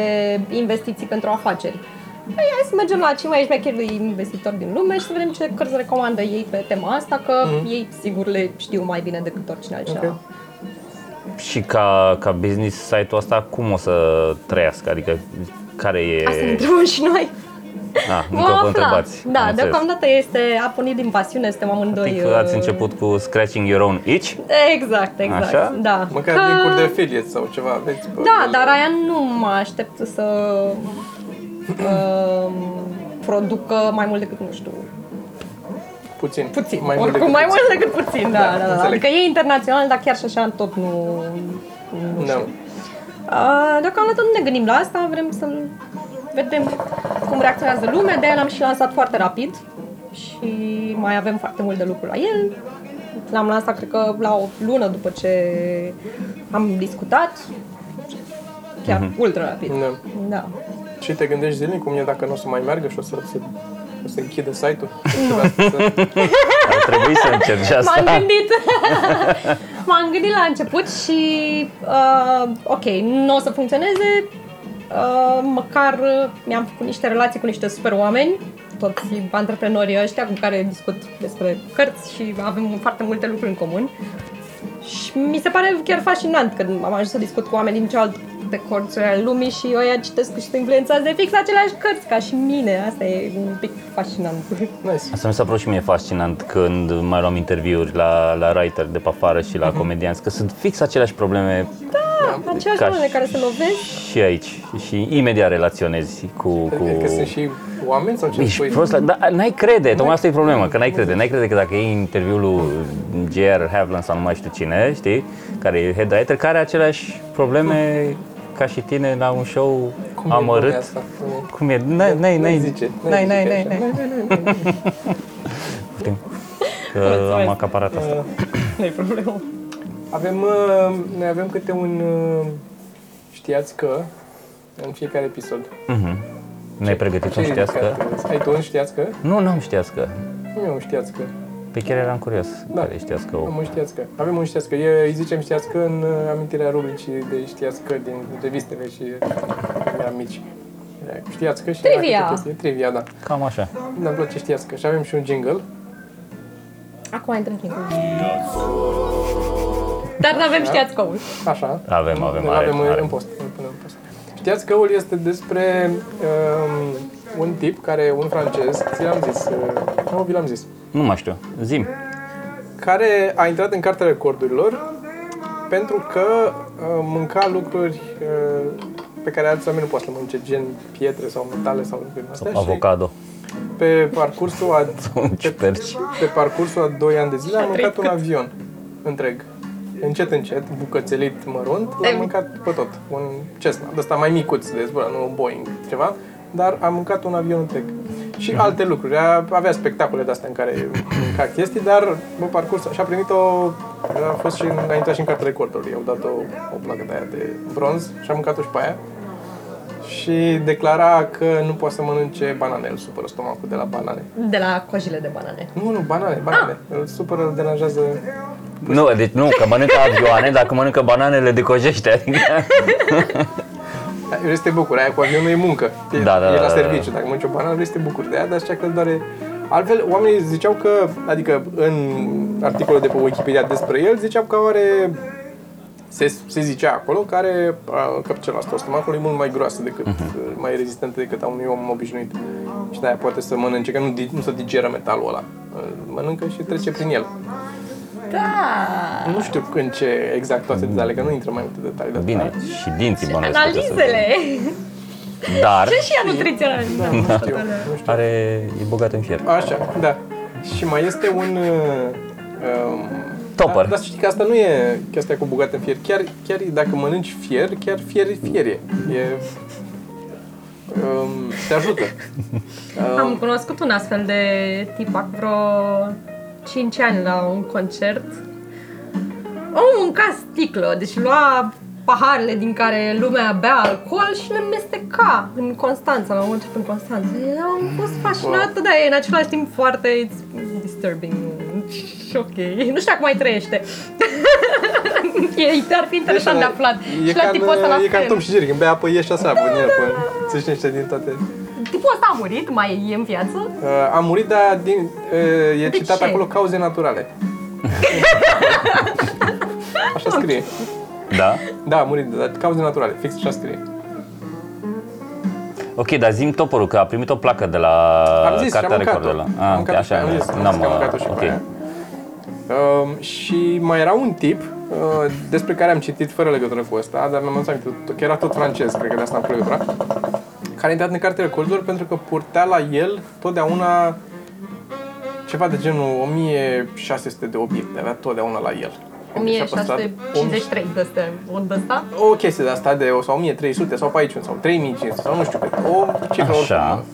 Speaker 1: investiții pentru afaceri. Păi hai să mergem la cei mai șmecheri de investitori din lume și să vedem ce cărți recomandă ei pe tema asta, că ei sigur le știu mai bine decât oricine altcineva.
Speaker 2: Mhm. Ok.
Speaker 3: Și ca, ca business site-ul ăsta, cum o să trăiască? Adică care e...
Speaker 1: Asta ne întrebăm și noi.
Speaker 3: Ah, încă vă întrebați. Am
Speaker 1: Da,
Speaker 3: înțeles.
Speaker 1: deocamdată este a pornit din pasiune, suntem amândoi...
Speaker 3: Practic, Ați
Speaker 1: uh,
Speaker 3: început cu scratching your own itch?
Speaker 1: Exact, exact.
Speaker 3: Așa?
Speaker 1: Da.
Speaker 2: Măcar
Speaker 1: Că-
Speaker 2: linkuri de affiliate sau ceva aveți pe
Speaker 1: Da, dar aia nu mă aștept să uh, producă mai mult decât, nu știu,
Speaker 2: Puțin.
Speaker 1: puțin.
Speaker 2: Mai mult
Speaker 1: Oricum,
Speaker 2: decât
Speaker 1: mai
Speaker 2: puțin.
Speaker 1: mult decât puțin, da,
Speaker 2: Da,
Speaker 1: da, da.
Speaker 2: înțeleg.
Speaker 1: Adică e internațional, dar chiar și așa tot nu... nu
Speaker 2: Da.
Speaker 1: știu. Uh, deocamdată nu ne gândim la asta, vrem să vedem cum reacționează lumea, de-aia l-am și lansat foarte rapid și mai avem foarte mult de lucru la el. L-am lansat, cred că, la o lună după ce am discutat, chiar ultra rapid.
Speaker 2: Da.
Speaker 1: Da.
Speaker 2: Și te gândești zilnic cum e dacă nu o să mai meargă și o să se, o să închide site-ul? Să- să-
Speaker 3: Ar trebui să încerci asta.
Speaker 1: M-am gândit. M-am gândit la început și uh, ok, nu o să funcționeze. Uh, măcar uh, mi-am făcut niște relații cu niște super oameni, toți antreprenorii ăștia cu care discut despre cărți și avem foarte multe lucruri în comun. Și mi se pare chiar fascinant că am ajuns să discut cu oameni din cealaltă corțuri ale lumii și eu ea citesc și sunt influențați de fix aceleași cărți ca și mine. Asta e un pic fascinant.
Speaker 2: Nice.
Speaker 3: Asta mi s-a părut și mie fascinant când mai luam interviuri la, la writer de pe afară și
Speaker 1: Mhm.
Speaker 3: la comedianți, că sunt fix aceleași probleme
Speaker 1: Aceleași
Speaker 3: Ca
Speaker 1: oameni
Speaker 3: și-
Speaker 1: care se lovesc
Speaker 3: și aici. Și imediat relaționezi cu... cu...
Speaker 2: Adică sunt și oameni sau ce
Speaker 3: Ești
Speaker 2: spui?
Speaker 3: prost, la... da, n-ai crede, tocmai asta e problema, că n-ai crede. N-ai crede că dacă e interviul lui J.R. Havlin sau nu mai știu cine, știi, care e head writer, care are aceleași probleme ca și tine la un show
Speaker 2: Cum e lumea
Speaker 3: amărât.
Speaker 2: asta? Nu-
Speaker 3: Cum e? N-ai, n-ai,
Speaker 2: Nu
Speaker 3: n-ai,
Speaker 2: zice.
Speaker 1: N-ai, n-ai,
Speaker 2: zice
Speaker 1: n-ai,
Speaker 2: așa.
Speaker 1: n-ai.
Speaker 3: Putem. Că am
Speaker 1: Mulțumesc.
Speaker 3: acaparat asta.
Speaker 2: Uh,
Speaker 1: Nu-i problemă.
Speaker 2: Avem, uh, noi avem câte un... uh, Știați că în fiecare episod.
Speaker 3: Mhm. Ne-ai pregătit un știați că?
Speaker 2: Ai tu un știați că?
Speaker 3: Nu, n-am știați că.
Speaker 2: Nu, un știați că.
Speaker 3: Pe chiar eram curios
Speaker 2: Da.
Speaker 3: care știați că
Speaker 2: Am un știați că. Avem un știați că. E, îi zicem știați că în uh, amintirea rubricii de știați că din revistele și la mici. Știați că și era
Speaker 1: Trivia.
Speaker 2: câte chestii. Trivia, da.
Speaker 3: Cam așa.
Speaker 2: Ne place știați că. Și avem și un jingle.
Speaker 1: Acum intrăm în timpul. Dar nu avem știați coul.
Speaker 2: Așa.
Speaker 3: Avem, avem,
Speaker 2: Îl
Speaker 3: are,
Speaker 2: avem în-
Speaker 3: are.
Speaker 2: în post. Îl punem în post. Știați că ul este despre um, un tip care, un francez, ți l-am zis, uh, nu, vi l-am zis,
Speaker 3: Nu mai știu. Zim.
Speaker 2: care a intrat în cartea recordurilor pentru că uh, mânca lucruri uh, pe care alți oameni nu pot să le mănânce, gen pietre sau metale sau lucruri din astea. și-
Speaker 3: Avocado.
Speaker 2: pe parcursul a, pe,
Speaker 3: ciuperci.
Speaker 2: Deci, pe parcursul a 2 ani de zile am mâncat un avion întreg. Încet, încet, bucățelit mărunt, l-am mâncat pe tot. Un Cessna, de ăsta mai micuț de zbura, nu un Boeing, ceva, dar am mâncat un avion întreg. Și alte lucruri. A- Avea spectacole de astea în care mânca chestii, dar pe parcurs și-a primit o... A fost și în- a intrat și în cartea recordurilor. I-au dat o, o placă de aia de bronz și a mâncat-o și pe aia și declara că nu poate să mănânce banane, îl supără stomacul de la banane.
Speaker 1: De la cojile de banane.
Speaker 2: Nu, nu, banane, banane. Îl supără, îl deranjează.
Speaker 3: Nu, deci nu, că mănâncă avioane, dacă mănâncă bananele decojește. Adică,
Speaker 2: Vrei să te bucuri, aia cu avionul e muncă. E,
Speaker 3: Da, da,
Speaker 2: e la
Speaker 3: da, da,
Speaker 2: serviciu, dacă mănânci o banană vrei să te bucuri de aia, dar așa că îl doare. Altfel, oamenii ziceau că, adică în articolul de pe Wikipedia despre el, ziceau că are se, se zicea acolo că are a, căpcela asta a stomacului mult mai groasă decât,
Speaker 3: Mhm.
Speaker 2: uh-huh. mai rezistentă decât a unui om obișnuit. Și de-aia poate să mănânce, că nu, di- nu se digeră metalul ăla. Îl Mănâncă și trece prin el.
Speaker 1: Da!
Speaker 2: Nu știu când ce exact toate detaliile, că nu intră mai multe detalii. dar-
Speaker 3: Mm. Bine, și dinții bănuiesc. că trebuie să-
Speaker 1: Analizele!
Speaker 3: Dar
Speaker 1: Ce și ea nutrițional?
Speaker 2: Da, nu știu, nu știu.
Speaker 3: are, e bogat în fier.
Speaker 2: Așa, da. Și mai este un... Uh, um,
Speaker 3: Topper.
Speaker 2: Da, dar să știi că asta nu e chestia cu bugate în fier. Chiar, chiar dacă mănânci fier, chiar fier, fier e. e um, te ajută.
Speaker 1: Am cunoscut un astfel de tip acum vreo 5 ani la un concert. Omul mânca sticlă, deci lua paharele din care lumea bea alcool și le mesteca în Constanța, la un concert în Constanța. Eu am fost
Speaker 2: Mm,
Speaker 1: fascinată, dar e în același timp foarte it's disturbing. Și ok. Nu știu acum mai trăiește. e, ar fi interesant de aflat.
Speaker 2: Deci, E
Speaker 1: și la
Speaker 2: ca, în,
Speaker 1: tipul ăsta la
Speaker 2: e ca în
Speaker 1: fel.
Speaker 2: Tom și Jerry, când bea apă, ieși așa, da, da, da. țâși niște din toate.
Speaker 1: Tipul ăsta a murit? Mai e în viață?
Speaker 2: Uh, a murit, dar din, uh, e
Speaker 1: De
Speaker 2: citat
Speaker 1: ce?
Speaker 2: acolo cauze naturale. așa scrie.
Speaker 3: Da?
Speaker 2: Da, a murit, dar cauze naturale, fix așa scrie.
Speaker 3: Ok, dar zim toporul că a primit o placă de la
Speaker 2: Am zis,
Speaker 3: Cartea
Speaker 2: și am
Speaker 3: Recordurilor.
Speaker 2: mâncat-o.
Speaker 3: Ah,
Speaker 2: Am
Speaker 3: ok,
Speaker 2: mâncat-o și
Speaker 3: așa,
Speaker 2: am zis, am
Speaker 3: n-am, uh,
Speaker 2: zis că am mâncat-o și
Speaker 3: ok.
Speaker 2: pe aia. Um, și mai era un tip uh, despre care am citit fără legătură cu ăsta, dar mi-am adus aminte, că era tot francez, cred că de asta am legătura, care a intrat în cartea recordurilor pentru că purtea la el totdeauna ceva de genul 1600 de obiecte, avea totdeauna la el. Și a păstrat
Speaker 1: 1653 de astea, un de ăsta.
Speaker 2: o chestie de asta de o, sau 1300 sau pe aici un- sau 3500 sau nu știu cât, o cifră
Speaker 3: Așa.
Speaker 2: oricum.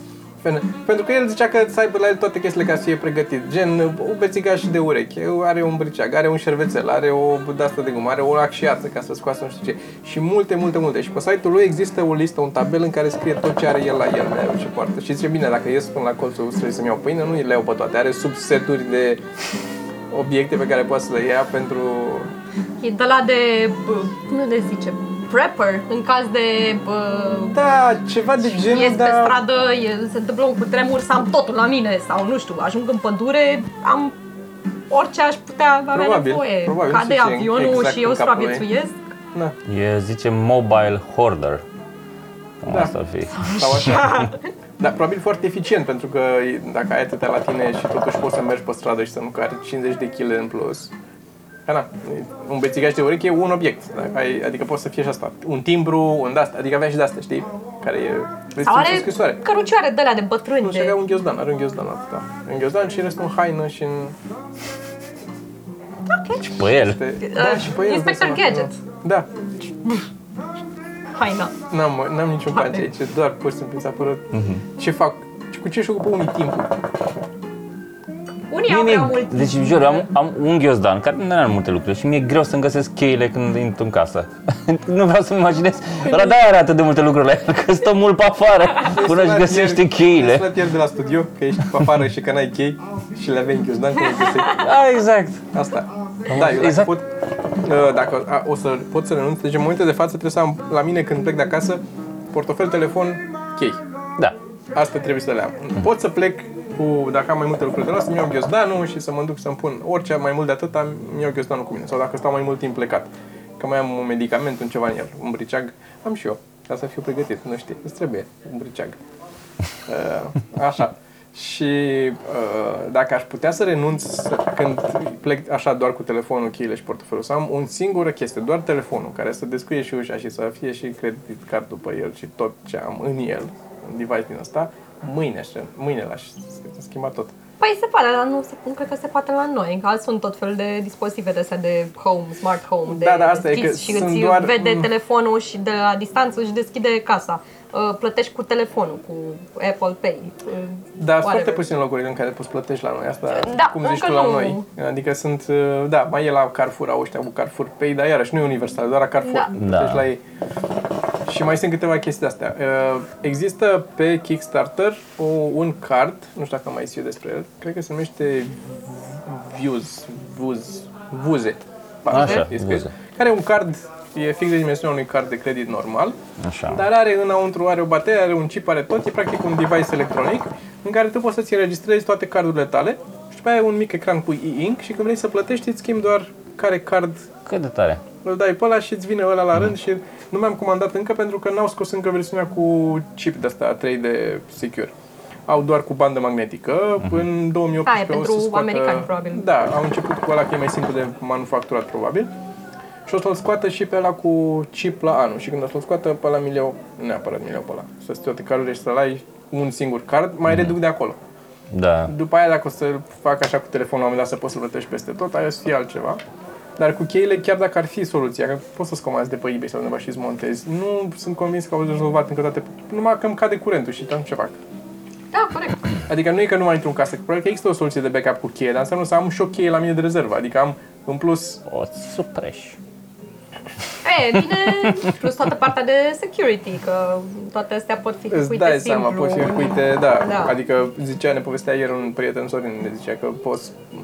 Speaker 2: Pen- Pentru că el zicea că să aibă la el toate chestiile ca să fie pregătit, gen o bețigaș de ureche, are un briceag, are un șervețel, are o dastă de gumă, are o laxiață ca să scoasă nu știu ce și multe, multe, multe. Și pe site-ul lui există o listă, un tabel în care scrie tot ce are el la el, mereu ce poartă. Și zice, bine, dacă ies până la colțul străzii să-mi iau pâine, nu le iau pe toate, are subseturi de obiecte pe care poate să le ia pentru
Speaker 1: E de la de, bă, cum le zice, prepper, în caz de bă,
Speaker 2: Da, ceva de genul, da.
Speaker 1: ies pe
Speaker 2: dar...
Speaker 1: stradă, e, se întâmplă un cutremur, să am totul la mine sau nu știu, ajung în pădure, am orice aș putea avea
Speaker 2: Probabil,
Speaker 1: nevoie.
Speaker 2: probabil, nu
Speaker 1: Cade
Speaker 2: știu ce e
Speaker 1: avionul
Speaker 2: exact
Speaker 1: și
Speaker 2: în
Speaker 1: eu
Speaker 2: capul lui.
Speaker 1: supraviețuiesc.
Speaker 2: Na,
Speaker 3: E, zice, mobile hoarder. Cum
Speaker 2: Da.
Speaker 3: asta ar fi?
Speaker 2: sau așa. Dar probabil foarte eficient, pentru că dacă ai atâtea la tine și totuși poți să mergi pe stradă și să nu cari 50 de kg în plus, Că na, un bețigaș de ureche e un obiect, dacă ai, adică poți să fie și asta, un timbru, un de-asta, adică avea și de-asta, știi? Care e, vezi,
Speaker 1: Sau
Speaker 2: o
Speaker 1: are
Speaker 2: scrisoare.
Speaker 1: cărucioare de alea de bătrâni.
Speaker 2: Nu știu,
Speaker 1: de-
Speaker 2: avea un ghiozdan, are un ghiozdan atâta. Un ghiozdan și restul în haină și în...
Speaker 3: Pe el.
Speaker 2: Pe,
Speaker 1: Uh, Inspector
Speaker 2: îmi dai seama.
Speaker 1: Gadget.
Speaker 2: Da,
Speaker 1: Haina.
Speaker 2: N-am, n-am niciun
Speaker 1: Haide.
Speaker 2: bani aici, doar pur și simplu mi s-a părut ce fac, cu ce își ocupă unii timpul.
Speaker 1: Un
Speaker 4: iau
Speaker 3: Mie
Speaker 4: prea
Speaker 3: mi-e-
Speaker 4: mult.
Speaker 3: Deci, jur, am, am un ghiozdan care nu are multe lucruri și mi-e greu să-mi găsesc cheile când intru în casă. nu vreau să-mi imaginez. Dar da, are atât de multe lucruri la el, că stă mult pe afară până își găsește
Speaker 2: Să
Speaker 3: cheile.
Speaker 2: le pierzi de la studio, că ești pe afară și că n-ai chei și le aveai în ghiozdan, că le găsești.
Speaker 3: Da, exact.
Speaker 2: Asta. Da, eu dacă
Speaker 3: Exact.
Speaker 2: exact. pot, uh, dacă a, o să pot să renunț, deci în momentul de față trebuie să am la mine când plec de acasă portofel, telefon, chei.
Speaker 3: Da.
Speaker 2: Asta trebuie să le am. Pot să plec cu, dacă am mai multe lucruri de la, să-mi iau ghiozdanul și să mă duc să-mi pun orice, mai mult de atât, am îmi iau ghiozdanul cu mine. Sau dacă stau mai mult timp plecat, că mai am un medicament, un ceva în el, un briceag, am și eu, ca să fiu pregătit, nu știu, îți trebuie un briceag. Uh, așa. Și uh, dacă aș putea să renunț să- când plec așa doar cu telefonul, cheile și portofelul, să am o singură chestie, doar telefonul, care să descuie și ușa și să fie și credit card după el și tot ce am în el, un device din ăsta, mâine, aș- mâine l-aș schimba tot.
Speaker 4: Păi se poate, dar nu, se, nu cred că se poate la noi. Că sunt tot fel de dispozitive de astea de home, smart home, de
Speaker 2: Da, da, asta e
Speaker 4: deschis
Speaker 2: că
Speaker 4: și
Speaker 2: sunt
Speaker 4: îți
Speaker 2: doar-
Speaker 4: vede
Speaker 2: mm.
Speaker 4: telefonul și de la distanță își deschide casa. Uh, Plătești cu telefonul, cu Apple Pay. uh,
Speaker 2: Dar sunt
Speaker 4: whatever.
Speaker 2: foarte puține locuri în care poți plătești la noi asta,
Speaker 4: Da,
Speaker 2: cum zici
Speaker 4: încă
Speaker 2: tu la
Speaker 4: nu.
Speaker 2: noi. Adică sunt, uh, da, mai e la Carrefour, au ăștia cu Carrefour Pay, dar iarăși nu e universal, doar la Carrefour.
Speaker 4: Da.
Speaker 3: Da.
Speaker 2: Deci la ei. Și mai sunt câteva chestii de-astea. Uh, Există pe Kickstarter o, un card, nu știu dacă am mai zis eu despre el, cred că se numește Views, Vuz, Vuze. parcă
Speaker 3: Așa,
Speaker 2: e scris.
Speaker 3: Vuze.
Speaker 2: Care e un card, e fix de dimensiunea unui card de credit normal,
Speaker 3: Așa.
Speaker 2: dar are înăuntru, are o baterie, are un chip, are tot, e practic un device electronic în care tu poți să-ți înregistrezi toate cardurile tale și după aia ai un mic ecran cu e-ink și când vrei să plătești îți schimbi doar care card
Speaker 3: Cât de tare.
Speaker 2: îl dai pe ăla și îți vine ăla la rând și nu mi-am comandat încă pentru că n-au scos încă versiunea cu chip de asta 3D secure. Au doar cu bandă magnetică, în 2018
Speaker 4: Aia e
Speaker 2: o să
Speaker 4: pentru
Speaker 2: scoată...
Speaker 4: americani, probabil.
Speaker 2: Da, au început cu ăla că e mai simplu de manufacturat probabil. Și o să-l scoată și pe ăla cu chip la anul. Și când o să-l scoată pe ăla mi-l iau, neapărat mi-l iau pe ăla. Să-ți toate carurile și să-l ai un singur card, mai reduc de acolo.
Speaker 3: Da.
Speaker 2: După aia, dacă o să fac așa cu telefonul la un moment dat, să poți să plătești peste tot, aia o să fie altceva. Dar cu cheile, chiar dacă ar fi soluția, că poți să-ți comanzi de pe eBay sau undeva și îți montezi, nu sunt convins că au rezolvat încă toate, numai că îmi cade curentul și atunci ce fac.
Speaker 4: Da, corect.
Speaker 2: Adică nu e că nu mai intru în casă, că probabil că există o soluție de backup cu cheie, dar înseamnă să am și o cheie la mine de rezervă, adică am în plus
Speaker 3: O supreș.
Speaker 4: E, bine, plus toată partea de security, că toate astea pot fi
Speaker 2: Îți
Speaker 4: cuite
Speaker 2: dai
Speaker 4: simplu.
Speaker 2: seama, poți fi cuite, da.
Speaker 4: Da.
Speaker 2: da. Adică zicea, ne povestea ieri un prieten Sorin, ne zicea că poți, m,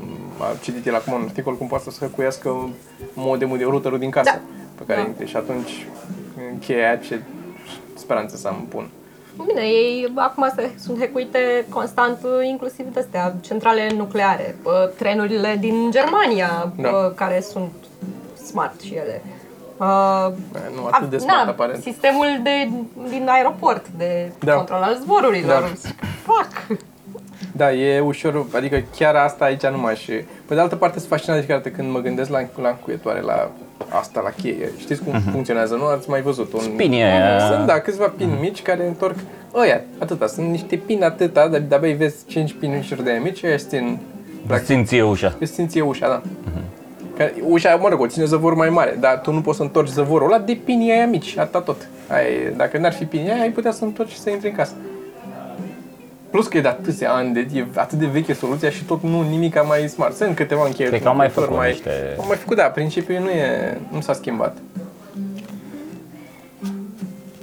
Speaker 2: a citit el acum un articol cum poate să hăcuiască modemul de routerul din casă
Speaker 4: Da.
Speaker 2: pe care
Speaker 4: Da.
Speaker 2: intri și atunci încheia aia ce speranțe să am pun.
Speaker 4: Bine, ei acum se, sunt hecuite constant, inclusiv de astea, centrale nucleare, bă, trenurile din Germania,
Speaker 2: Da.
Speaker 4: bă, care sunt smart și ele. Uh,
Speaker 2: Nu atât de
Speaker 4: a-
Speaker 2: smart,
Speaker 4: na,
Speaker 2: aparent.
Speaker 4: Sistemul de, din aeroport, de
Speaker 2: Da.
Speaker 4: control al zborurilor.
Speaker 2: Da.
Speaker 4: Fuck!
Speaker 2: Da, e ușor, adică chiar asta aici nu mai și... Pe de altă parte, sunt fascinat de fiecare dată când mă gândesc la, la încuietoare, la asta, la cheie. Știți cum funcționează, nu? Ați mai văzut un...
Speaker 3: Pinii aia.
Speaker 2: Sunt, da, câțiva pini mici care întorc ăia, atâta, sunt niște pini atâta, dar de-abia îi vezi 5 pinuri de aia mici, ăia țin, practic,
Speaker 3: Țin ție ușa.
Speaker 2: îți țin ție ușa, da. Că ușa, mă rog, o ține zăvor mai mare, dar tu nu poți să întorci zăvorul ăla de pinii aia mici, atâta tot. Aia e, dacă n-ar fi pinii aia, ai putea să întorci și să intri în casă. Plus că e de atâția ani, de, e atât de veche soluția și tot nu nimic mai smart. Sunt câteva încheieri.
Speaker 3: Cred că am mai
Speaker 2: încheieri,
Speaker 3: făcut niște-
Speaker 2: Am mai făcut, da, principiul nu, e, nu s-a schimbat.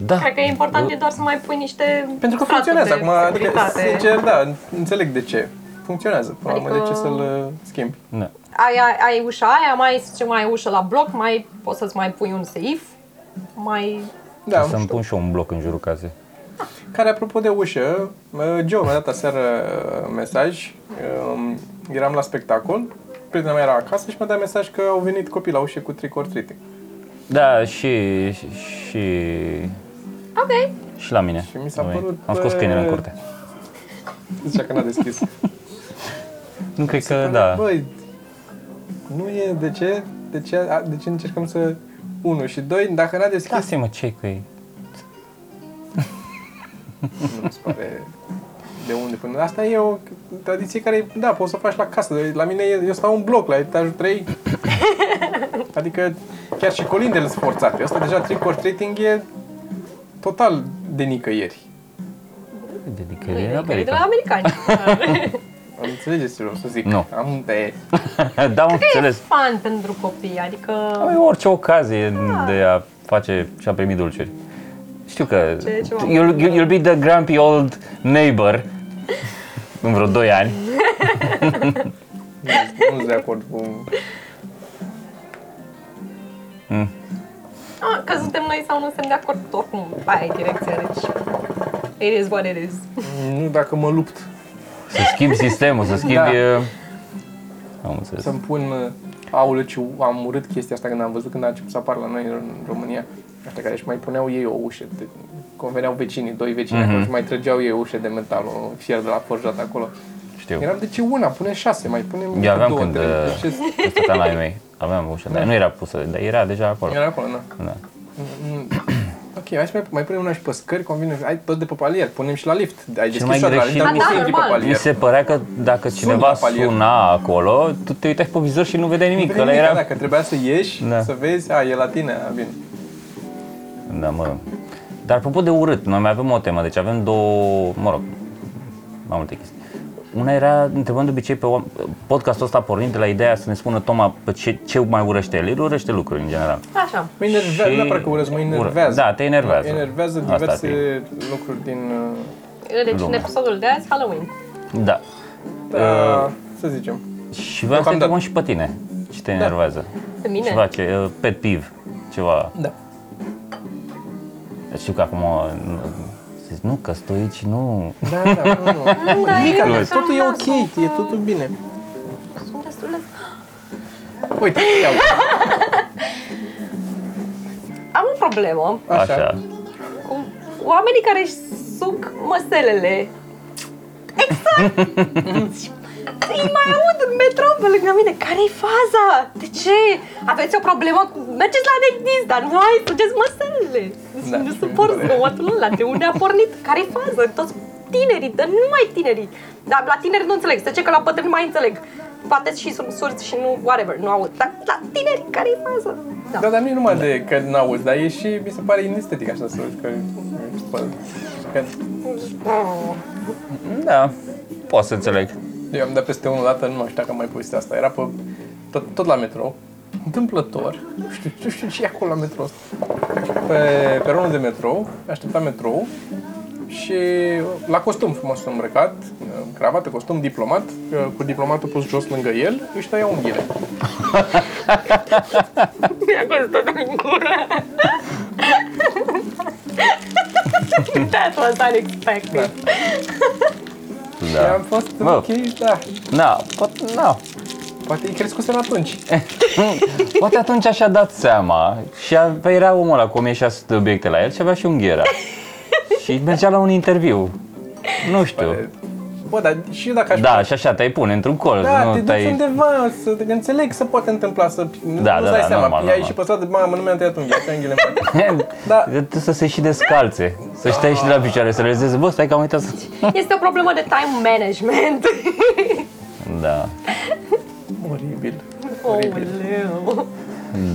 Speaker 3: Da.
Speaker 4: Cred că e important e doar să mai pui niște
Speaker 2: Pentru că
Speaker 4: straturi
Speaker 2: funcționează
Speaker 4: de
Speaker 2: acum, adică,
Speaker 4: securitate.
Speaker 2: sincer, da, înțeleg de ce. Funcționează, până la urmă, de
Speaker 4: Adică-
Speaker 2: ce să-l uh, schimbi?
Speaker 3: Da.
Speaker 4: ai, ai, ai ușa aia, mai ce mai ai ușă la bloc, mai poți să-ți mai pui un seif, mai...
Speaker 2: Da, nu
Speaker 3: Să-mi
Speaker 2: știu.
Speaker 3: pun și eu un bloc în jurul casei.
Speaker 2: Care, apropo de ușă, uh, Joe mi-a dat aseară uh, mesaj, um, eram la spectacol, prietena mea era acasă și mi-a dat mesaj că au venit copii la ușă cu tricortrite.
Speaker 3: Da, și... și...
Speaker 4: Ok.
Speaker 3: Și la mine.
Speaker 2: Și mi s-a
Speaker 3: Noi
Speaker 2: părut,
Speaker 3: Am scos câinele în
Speaker 2: bă,
Speaker 3: curte.
Speaker 2: Zicea că n-a deschis.
Speaker 3: Nu cred că, da.
Speaker 2: Băi, nu e, de ce? De ce, a, de ce încercăm să... Unu și doi, dacă n-a deschis,
Speaker 3: Lasă-i mă, ce cu ei?
Speaker 2: nu mi se pare de unde până. Asta e o tradiție care, da, poți să o faci la casă. La mine, e- eu stau un bloc la etajul 3. adică chiar și colindele sunt forțate. Asta deja trick or treating e total de nicăieri.
Speaker 3: Dedică
Speaker 4: nu e
Speaker 3: e în
Speaker 4: Păi, de la
Speaker 3: America.
Speaker 4: americani.
Speaker 2: Am înțelegeți ce vreau să zic.
Speaker 3: Nu.
Speaker 2: Am de...
Speaker 3: da, am
Speaker 1: E
Speaker 3: înțeles.
Speaker 1: fan pentru copii, adică...
Speaker 3: Am eu orice ocazie de a face și a primi dulciuri. Știu că
Speaker 1: Ce- ce oameni.
Speaker 3: you'll, you'll you'll be the grumpy old neighbor în vreo 2 ani.
Speaker 2: Nu sunt de acord cu...
Speaker 1: A, că suntem noi sau nu suntem de acord, oricum, aia e direcția, deci... It is what it is.
Speaker 2: Nu dacă mă lupt
Speaker 3: Să schimbi sistemul, să schimbi...
Speaker 2: Da.
Speaker 3: uh, Am înțeles.
Speaker 2: să-mi pun... uh, Aoleu, ce am urât chestia asta când am văzut când a început să apară la noi în România. Asta care își mai puneau ei o ușă. De, conveneau vecinii, doi vecini
Speaker 3: Mhm.
Speaker 2: acolo și mai trăgeau ei o ușă de metal, o fier de la forjat acolo.
Speaker 3: Știu.
Speaker 2: Eram de ce una, pune șase, mai punem
Speaker 3: Eu aveam
Speaker 2: două,
Speaker 3: când,
Speaker 2: trei.
Speaker 3: uh,
Speaker 2: De ce-
Speaker 3: când stăteam la ei mei. Aveam ușa, dar nu era pusă, dar era deja acolo.
Speaker 2: Era acolo, na.
Speaker 3: Da.
Speaker 2: Mm, Ok, hai să mai, mai punem una și pe scări, convine, ai tot de pe palier, punem și la lift. Ai deschis
Speaker 3: mai
Speaker 2: la lift,
Speaker 3: greșit-
Speaker 2: dar
Speaker 1: Da,
Speaker 2: nu
Speaker 1: da,
Speaker 2: intri pe
Speaker 1: normal.
Speaker 3: Mi
Speaker 2: palier.
Speaker 3: se părea că dacă cineva
Speaker 2: la palier.
Speaker 3: suna acolo, tu te uitai pe vizor și nu vedeai nimic. Că
Speaker 2: Nimic, da.
Speaker 3: ăla era...
Speaker 2: Dacă trebuia să ieși,
Speaker 3: Da.
Speaker 2: să vezi, a, e la tine, a, bine.
Speaker 3: Da, mă rog. Dar apropo de urât, noi mai avem o temă, deci avem două, mă rog, mai multe chestii. Una era, întrebăm de obicei, pe oam- podcastul ăsta pornind de la ideea să ne spună Toma pe ce, ce mai urăște el. El urăște lucruri în general.
Speaker 1: Așa.
Speaker 2: Mă enervează,
Speaker 3: Și-
Speaker 2: nu neapărat că urăsc, mă
Speaker 3: ură-
Speaker 2: enervează.
Speaker 3: da, te enervează.
Speaker 2: Enervează
Speaker 3: Asta ar
Speaker 2: diverse lucruri din, uh,
Speaker 1: Deci, în
Speaker 3: Lumea.
Speaker 1: episodul de azi, Halloween.
Speaker 3: Da.
Speaker 2: uh, să zicem,
Speaker 3: Și vreau să
Speaker 2: Deocamdată.
Speaker 3: te întrebăm și pe tine ce te enervează.
Speaker 1: Pe mine?
Speaker 4: Exact.
Speaker 3: Ceva ce, uh, pet piv, ceva.
Speaker 2: da.
Speaker 3: Știu că acum uh, nu- zici, nu, că stoi aici, nu.
Speaker 2: Da, da, nu, nu.
Speaker 1: Da, e-
Speaker 2: Mica,
Speaker 3: Glumesc.
Speaker 2: totul e ok, e totul bine.
Speaker 1: Sunt destul de...
Speaker 2: Uite, ia uite,
Speaker 1: Am o problemă
Speaker 2: așa.
Speaker 3: Așa.
Speaker 1: cu oamenii care își suc măselele. Exact! Îi mai aud în metrou pe lângă mine. Care-i faza? De ce? Aveți o problemă cu... Mergeți la dentist, dar nu ai, sugeți măselele.
Speaker 2: Da.
Speaker 1: Nu suport zgomotul ăla. De unde a pornit? Care-i faza? Toți tinerii, dar nu mai tinerii. Dar la tineri nu înțeleg. Se ce că la bătrâni mai înțeleg. Poate și sunt surzi și nu, whatever, nu aud. Dar la tineri, care-i faza? Da.
Speaker 2: Da, dar nu e numai de că n-auzi, dar e și, mi se pare inestetic așa să că, că
Speaker 3: Da, pot să înțeleg.
Speaker 2: Eu am dat peste unul dată, nu mai știu dacă am mai povestit asta, era pe, tot, tot la metrou, întâmplător, nu știu, nu știu ce e acolo la metrou Pe peronul de metrou, așteptam metrou și la costum frumos îmbrăcat, cravată, costum, diplomat, cu diplomatul pus jos lângă el, își tăia unghiile.
Speaker 1: Mi-a costat în gură. That was unexpected.
Speaker 2: Da. Și am fost
Speaker 3: Mă.
Speaker 2: ok, da,
Speaker 3: Da, pot, da.
Speaker 2: poate e crescuse atunci.
Speaker 3: Poate atunci și-a dat seama și a, păi era omul ăla cu 1600 de obiecte la el și avea și unghiera. și mergea la un interviu. Păi Nu
Speaker 2: Păi,
Speaker 3: știu.
Speaker 2: Bă, dar și eu dacă aș
Speaker 3: Da, și așa te-ai pune într-un colț,
Speaker 2: Da, te
Speaker 3: nu
Speaker 2: duci
Speaker 3: te-ai...
Speaker 2: undeva, să te înțeleg să poate întâmpla, să
Speaker 3: da,
Speaker 2: nu dai
Speaker 3: da,
Speaker 2: seama,
Speaker 3: normal,
Speaker 2: ia
Speaker 3: normal.
Speaker 2: și pe stradă, mamă, nu mi-am tăiat unghia, tăia unghiile în față. Da.
Speaker 3: Trebuie să se și descalțe, să stai și de la picioare, să realizezi, bă, stai că am uitat să...
Speaker 2: Da.
Speaker 1: Este o problemă de time management.
Speaker 3: Da,
Speaker 2: Oribil. Oribil.
Speaker 1: Ouleu.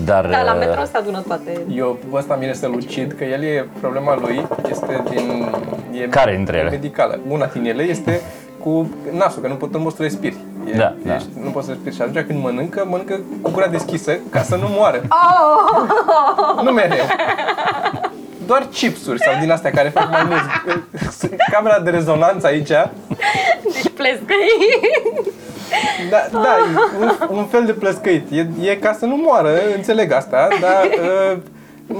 Speaker 3: dar...
Speaker 1: Da, la
Speaker 3: uh,
Speaker 1: metro se adună toate.
Speaker 2: Eu, ăsta mi este lucid, că el e, problema lui este din... E
Speaker 3: Care dintre ele?
Speaker 2: Medicală. Una din ele este cu nasul, că nu, pot, nu poți să respiri. E,
Speaker 3: Da, da.
Speaker 2: ești, Nu poți să respiri și atunci când mănâncă, mănâncă cu gura deschisă ca să nu moară.
Speaker 1: Oh!
Speaker 2: Nu mereu. Doar chipsuri sau din astea care fac mai mult. Camera de rezonanță aici
Speaker 1: Deci plescăi.
Speaker 2: Da,
Speaker 3: Ah.
Speaker 2: da, e un, un fel de plăscăit. E, e ca să nu moară, înțeleg asta, dar uh,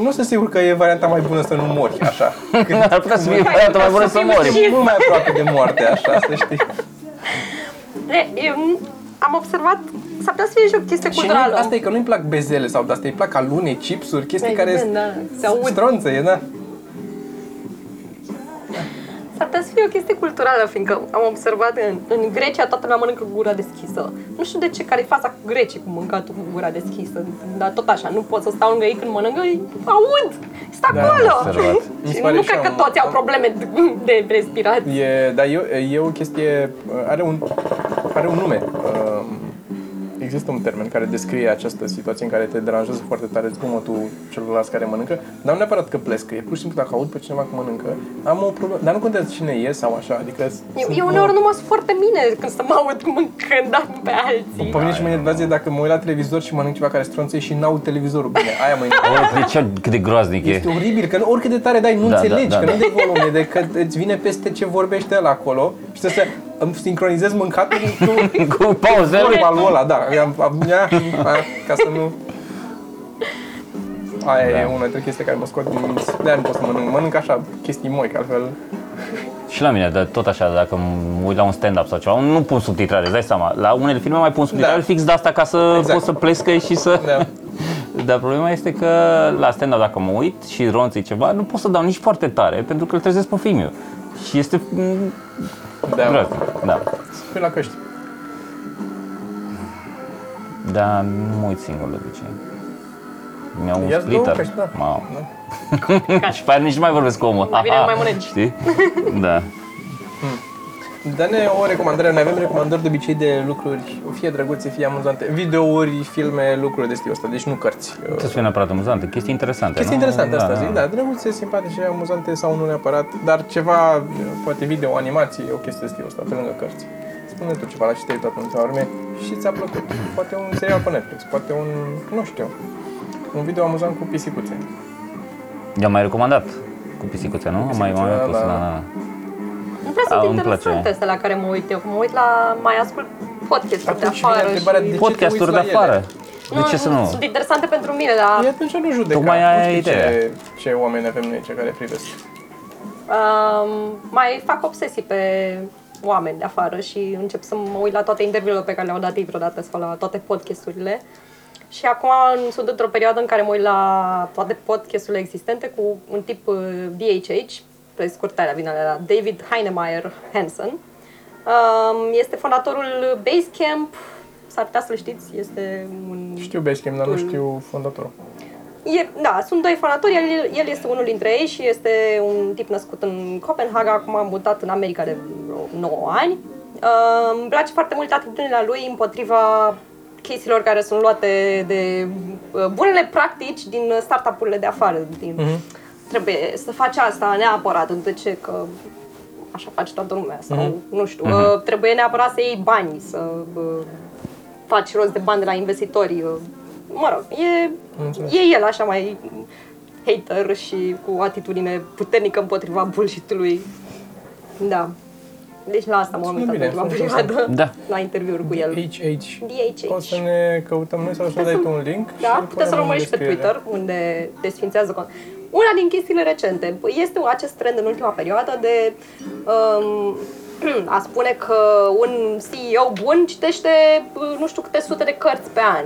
Speaker 2: nu sunt sigur că e varianta mai bună să nu mori așa. Când
Speaker 3: Ar putea să fie varianta mai bună să morim.
Speaker 2: e mult mai aproape de moarte, așa, să știi.
Speaker 1: De, em, am observat, s-ar putea să fie și o chestie
Speaker 2: Și nu,
Speaker 1: culturală.
Speaker 2: asta e că nu-i plac bezele sau de asta, îi plac alune, chipsuri, chestii
Speaker 1: Mai
Speaker 3: Păi,
Speaker 2: care
Speaker 1: bine, da, se aud.
Speaker 2: stronță, e, da.
Speaker 1: S-ar putea să fie o chestie culturală, fiindcă am observat în, în Grecia toată lumea mănâncă cu gura deschisă. Nu știu de ce care e faza cu grecii cu mâncătul cu gura deschisă, dar tot așa, nu pot să stau lângă ei când mănâncă, îi aud, stă
Speaker 2: Da,
Speaker 3: am
Speaker 1: acolo.
Speaker 3: observat.
Speaker 2: Mi se
Speaker 1: și
Speaker 2: pare
Speaker 1: nu
Speaker 2: și
Speaker 1: cred
Speaker 2: eu
Speaker 1: că
Speaker 2: un-
Speaker 1: toți au probleme de, de respirat.
Speaker 2: E, dar e, e o chestie, are un, are un nume. Um, există un termen care descrie această situație în care te deranjează foarte tare zgomotul celorlalți care mănâncă, dar nu neapărat că plescă, e pur și simplu dacă aud pe cineva că mănâncă, am o problemă, dar nu contează cine e sau așa, adică...
Speaker 1: Eu, eu uneori nu mă sunt foarte bine când să mă aud mâncând dar pe alții.
Speaker 2: Pe mine și mă enervează dacă mă uit la televizor și mănânc ceva care strănțe și n-aud televizorul bine, aia mă enervează.
Speaker 3: Oră, de ce, cât de groaznic e.
Speaker 2: Este oribil, că oricât de tare dai, nu
Speaker 3: Da,
Speaker 2: înțelegi,
Speaker 3: da, da,
Speaker 2: că
Speaker 3: da.
Speaker 2: nu de volume, de că îți vine peste ce vorbește la acolo și trebuie să îmi sincronizez mâncatul cu
Speaker 3: Cu pauzele.
Speaker 2: vorba lui ăla, da. Am, am, ia, aia, ca să nu... Aia e una dintre chestii care mă scot din minți. De-aia nu pot să mănânc. Mănânc așa chestii moi, că altfel...
Speaker 3: Și la mine, dar tot așa, dacă mă uit la un stand-up sau ceva, nu pun subtitrare, îți dai seama. La unele filme mai pun subtitrare
Speaker 2: Da.
Speaker 3: fix de asta ca să
Speaker 2: Exact.
Speaker 3: pot să plescă și să...
Speaker 2: Da.
Speaker 3: Dar problema este că la stand-up dacă mă uit și ronții ceva, nu pot să dau nici foarte tare pentru că îl trezesc pe filmiu. Și este mm,
Speaker 2: Da.
Speaker 3: groaznic. Da.
Speaker 2: Pui la căști.
Speaker 3: Dar nu mă uit singur de obicei. Mi-au un
Speaker 2: Ia-ți două
Speaker 3: splitter.
Speaker 2: căști, da.
Speaker 3: Mamă. și pe aia nici nu mai vorbesc cu omul.
Speaker 1: Mai bine
Speaker 3: Aha.
Speaker 1: nu mai mănânci.
Speaker 3: Știi? Da.
Speaker 2: Dă-ne o recomandare. Noi avem recomandări de obicei de lucruri, fie drăguțe, fie amuzante. Videouri, filme, lucruri de stilul ăsta, deci nu cărți.
Speaker 3: Să fie neapărat amuzante, chestii interesante.
Speaker 2: Chestii
Speaker 3: nu?
Speaker 2: interesante asta, zic, da, drăguțe, simpatice, amuzante sau nu neapărat, dar ceva, poate video, animație, o chestie de stilul ăsta, pe lângă cărți. Spune tu ceva, la ce te-ai uitat în ziua urme și ți-a plăcut. Poate un serial pe Netflix, poate un, nu știu, un video amuzant cu pisicuțe.
Speaker 3: I-am mai recomandat cu pisicuța, nu? Am mai, mai
Speaker 2: Pisicuța,
Speaker 3: pus,
Speaker 2: da.
Speaker 3: da, da.
Speaker 1: Nu prea
Speaker 3: A,
Speaker 1: sunt
Speaker 3: îmi place.
Speaker 1: interesante astea la care mă uit eu. Mă uit la, mai ascult podcast de
Speaker 2: Atunci vine
Speaker 1: afară
Speaker 2: întrebarea
Speaker 1: și...
Speaker 2: de- ce te
Speaker 3: Podcasturi de
Speaker 2: uiți la
Speaker 3: afară.
Speaker 1: Nu,
Speaker 3: De ce să nu?
Speaker 1: Sunt interesante pentru mine, dar
Speaker 2: E atunci nu judeca,
Speaker 3: Tocmai aia
Speaker 2: nu
Speaker 3: e
Speaker 2: știu
Speaker 3: ideea.
Speaker 2: ce, ce oameni avem noi, ce care privesc.
Speaker 1: um, mai fac obsesii pe oameni de afară și încep să mă uit la toate interviurile pe care le-au dat ei vreodată sau la toate podcasturile. Și acum în- sunt într-o perioadă în care mă uit la toate podcasturile existente cu un tip uh, DHH, pe scurtarea vine la David Heinemeier Hansen. Um, este fondatorul Basecamp, s-ar putea să-l știți, este un
Speaker 2: Știu Basecamp, dar nu
Speaker 1: Mm.
Speaker 2: știu fondatorul.
Speaker 1: E, da, sunt doi fondatori, el, el este unul dintre ei și este un tip născut în Copenhaga, acum a mutat în America de vreo 9 ani. Uh, îmi place foarte mult atitudinea lui împotriva chestiilor care sunt luate de uh, bunele practici din startup-urile de afară. Din, Trebuie să faci asta neapărat, de ce că așa face toată lumea sau nu știu, uh, trebuie neapărat să iei bani, să uh, faci rost de bani de la investitori. uh, Mă rog, e,
Speaker 2: Înțeles.
Speaker 1: e el așa mai hater și cu atitudine puternică împotriva bullshit-ului. Da. Deci la asta m-am
Speaker 2: Sună
Speaker 1: uitat
Speaker 2: bine,
Speaker 1: la
Speaker 2: sună
Speaker 1: perioadă,
Speaker 3: Da.
Speaker 1: la interviuri cu el.
Speaker 2: DHH.
Speaker 1: DHH.
Speaker 2: O să ne căutăm noi sau să ne dai tu un link. și îl
Speaker 1: Da,
Speaker 2: punem
Speaker 1: puteți să-l
Speaker 2: în
Speaker 1: urmăriți pe
Speaker 2: descriere.
Speaker 1: Twitter, unde desfințează cont. Una din chestiile recente Păi este acest trend în ultima perioadă de um, a spune că un CEO bun citește uh, nu știu câte sute de cărți pe an.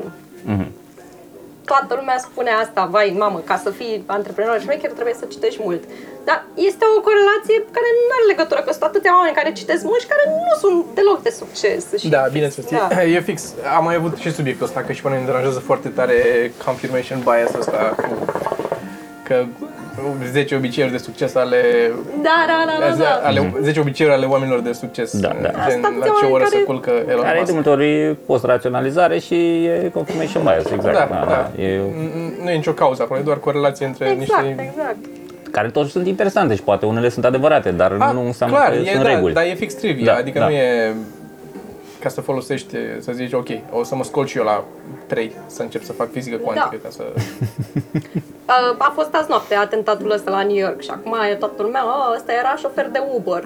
Speaker 1: Toată lumea spune asta, vai mamă, ca să fii antreprenor șmecher trebuie să citești mult. Dar este o corelație care nu are legătură, că sunt atâtea oameni care citesc mult și care nu sunt deloc de succes. Și
Speaker 2: Da, bine să știi.
Speaker 1: Da.
Speaker 2: E fix. Am mai avut și subiectul ăsta, că și pe noi ne deranjează foarte tare confirmation bias ăsta cu că 10 obiceiuri de succes ale
Speaker 1: Da, da, da, da, da.
Speaker 2: ale 10 obiceiuri ale oamenilor de succes.
Speaker 3: Mm-hmm. Da, da.
Speaker 2: Gen,
Speaker 1: Asta
Speaker 2: la ce
Speaker 1: oameni
Speaker 2: oră
Speaker 1: care-
Speaker 2: se culcă Elon
Speaker 3: Care e
Speaker 2: Musk.
Speaker 3: de multe ori post-raționalizare și e confirmation bias,
Speaker 2: Da,
Speaker 3: exact.
Speaker 2: da.
Speaker 3: E,
Speaker 2: N- Nu e nicio cauză acolo, e doar corelație între
Speaker 1: Exact,
Speaker 2: niște
Speaker 1: exact.
Speaker 3: care totuși sunt interesante și poate unele sunt adevărate, dar
Speaker 2: Ah,
Speaker 3: nu înseamnă
Speaker 2: clar,
Speaker 3: că
Speaker 2: e,
Speaker 3: sunt
Speaker 2: da,
Speaker 3: reguli.
Speaker 2: Dar e fix trivia,
Speaker 3: Da,
Speaker 2: adică
Speaker 3: da.
Speaker 2: nu e ca să folosești, să zici, ok, o să mă scol și eu la 3, să încep să fac
Speaker 1: Da.
Speaker 2: fizică cuantică, ca să
Speaker 1: Uh, a fost azi noapte atentatul ăsta la New York și acum e toată lumea, "A, ăsta era șofer de Uber.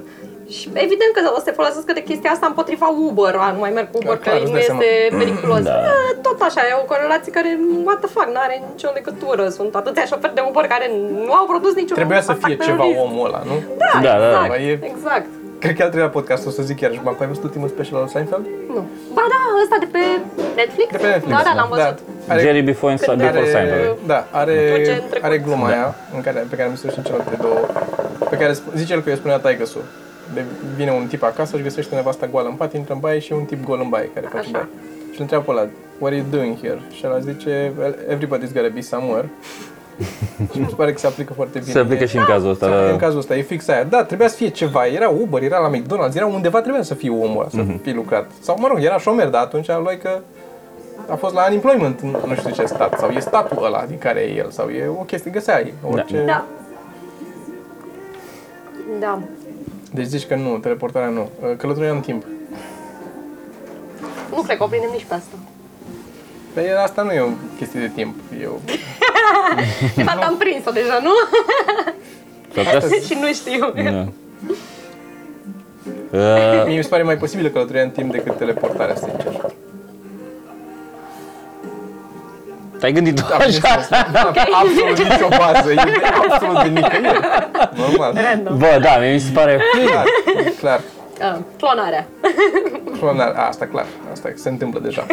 Speaker 1: Și evident că o să se folosească de chestia asta împotriva Uber, a, nu mai merg cu Uber,
Speaker 2: Clar,
Speaker 1: că
Speaker 2: îți
Speaker 1: nu
Speaker 2: dai seama.
Speaker 1: este periculos.
Speaker 3: Da.
Speaker 1: Da. Tot așa, e o corelație care, what the fuck, nu are nicio legătură. Sunt atâția șoferi de Uber care nu au produs niciun
Speaker 2: Trebuia să
Speaker 1: atac
Speaker 2: fie ceva
Speaker 1: terorist.
Speaker 2: omul ăla, nu?
Speaker 3: da, da, da.
Speaker 1: Exact,
Speaker 2: Bă, Păi e-
Speaker 1: exact.
Speaker 2: Cred că e al treilea podcast, o să zic chiar și m-am ai văzut ultimul special al lui Seinfeld?
Speaker 1: Nu. Ba da, ăsta de pe Netflix?
Speaker 2: De pe Netflix.
Speaker 1: Da, da, l-am văzut.
Speaker 2: Are,
Speaker 3: Jerry before,
Speaker 1: Când
Speaker 3: before
Speaker 2: are,
Speaker 3: Seinfeld. Da.
Speaker 2: da, are,
Speaker 1: Duce în trecut.
Speaker 2: are gluma aia în care, pe care mi se și în celelalte două, pe care sp- zice el că eu spunea taigăsu. De, vine un tip acasă, își găsește nevasta goală în pat, intră în baie și e un tip gol în baie care face
Speaker 1: Așa.
Speaker 2: baie. Și îl întreabă pe ăla, what are you doing here? Și ăla zice, "Well, everybody's gotta be somewhere. și mi se pare că se aplică foarte bine.
Speaker 3: Se aplică
Speaker 2: E-
Speaker 3: și în cazul ăsta.
Speaker 2: Da.
Speaker 3: da.
Speaker 2: În cazul ăsta e fix aia. Da, trebuia să fie ceva. Era Uber, era
Speaker 3: Mhm.
Speaker 2: la McDonald's, era undeva, trebuia să fie omul ăla, să mm-hmm. fie lucrat. Sau, mă rog, era șomer, dar atunci luai că a fost la unemployment în nu știu ce stat, sau e statul ăla din care e el, sau e o chestie, găseai orice.
Speaker 4: Da.
Speaker 1: Da.
Speaker 2: Deci zici că nu, teleportarea nu. Ă, Călătoria în timp.
Speaker 1: Nu cred că o prindem nici pe asta.
Speaker 2: Dar e- asta nu e o chestie de timp. E o...
Speaker 1: De fapt, am prins-o deja, nu?
Speaker 3: Tot asta-
Speaker 1: și nu știu.
Speaker 3: Da. Uh,
Speaker 2: Mie mi se pare mai posibilă călătoria în timp decât teleportarea, sincer.
Speaker 3: Te-ai gândit tu așa?
Speaker 2: Da, absolut nicio bază, e de absolut de nicăieri. Normal.
Speaker 3: Bă, da, mie mi se pare...
Speaker 2: Clar, clar.
Speaker 1: Ah, clonarea.
Speaker 2: Clonar, a, asta clar, asta se întâmplă deja.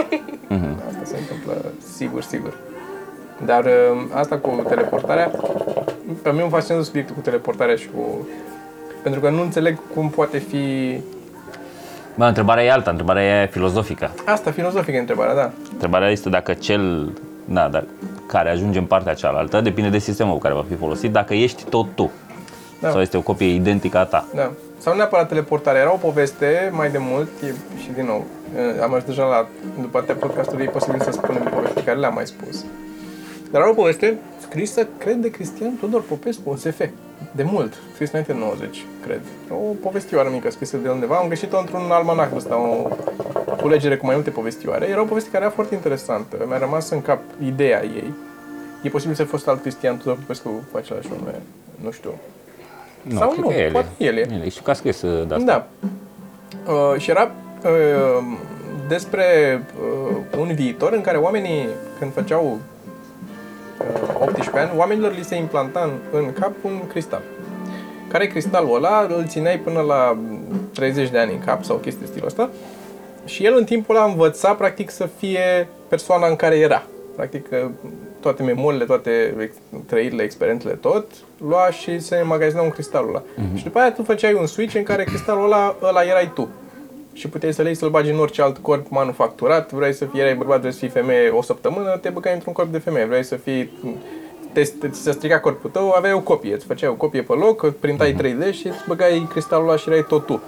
Speaker 2: Asta se întâmplă sigur, sigur. Dar ă, asta cu teleportarea, pe mine mă fascinează subiectul cu teleportarea și cu... Pentru că nu înțeleg cum poate fi...
Speaker 3: Bă, întrebarea e alta, întrebarea e filozofică.
Speaker 2: Asta, filozofică e întrebarea, da.
Speaker 3: Întrebarea este dacă cel na, dar care ajunge în partea cealaltă depinde de sistemul care va fi folosit, dacă ești tot tu.
Speaker 2: Da.
Speaker 3: Da. Sau este o copie identică a ta.
Speaker 2: Da. Sau nu neapărat teleportarea. Era o poveste mai de mult e, și din nou, e, am ajuns deja la, după atâtea podcasturi, e posibil să spunem povestea pe care le-am mai spus. Dar era o poveste scrisă, cred, de Cristian Tudor Popescu, un SF, de mult, scris înainte de 90, cred. O povestioară mică scrisă de undeva, am găsit-o într-un almanac ăsta, o culegere cu mai multe povestioare. Era o poveste care era foarte interesantă, mi-a rămas în cap ideea ei. E posibil să fi fost alt Cristian Tudor Popescu cu același nume, nu știu.
Speaker 3: Nu,
Speaker 2: Sau
Speaker 3: cred
Speaker 2: nu,
Speaker 3: că el e.
Speaker 2: poate el e.
Speaker 3: El e. Știu că a scris uh, de asta.
Speaker 2: Da. Uh, și era uh, despre uh, un viitor în care oamenii, când făceau uh, 18 ani, oamenilor li se implanta în, în cap un cristal. Care cristalul ăla îl țineai până la 30 de ani în cap sau o chestie de stilul ăsta. Și el în timpul ăla învăța practic să fie persoana în care era. Practic uh, toate memoriile, toate ex- trăirile, experiențele, tot, lua și se magazina un cristalul ăla. Și după aia tu făceai un switch în care cristalul ăla, ăla erai tu. Și puteai să-l iei să-l bagi în orice alt corp manufacturat, vrei să fii, erai bărbat, vrei să fii femeie o săptămână, te băgai într-un corp de femeie, vrei să fii te, te, ți se strica corpul tău, aveai o copie, îți făceai o copie pe loc, printai 3D și îți băgai cristalul ăla și erai tot tu.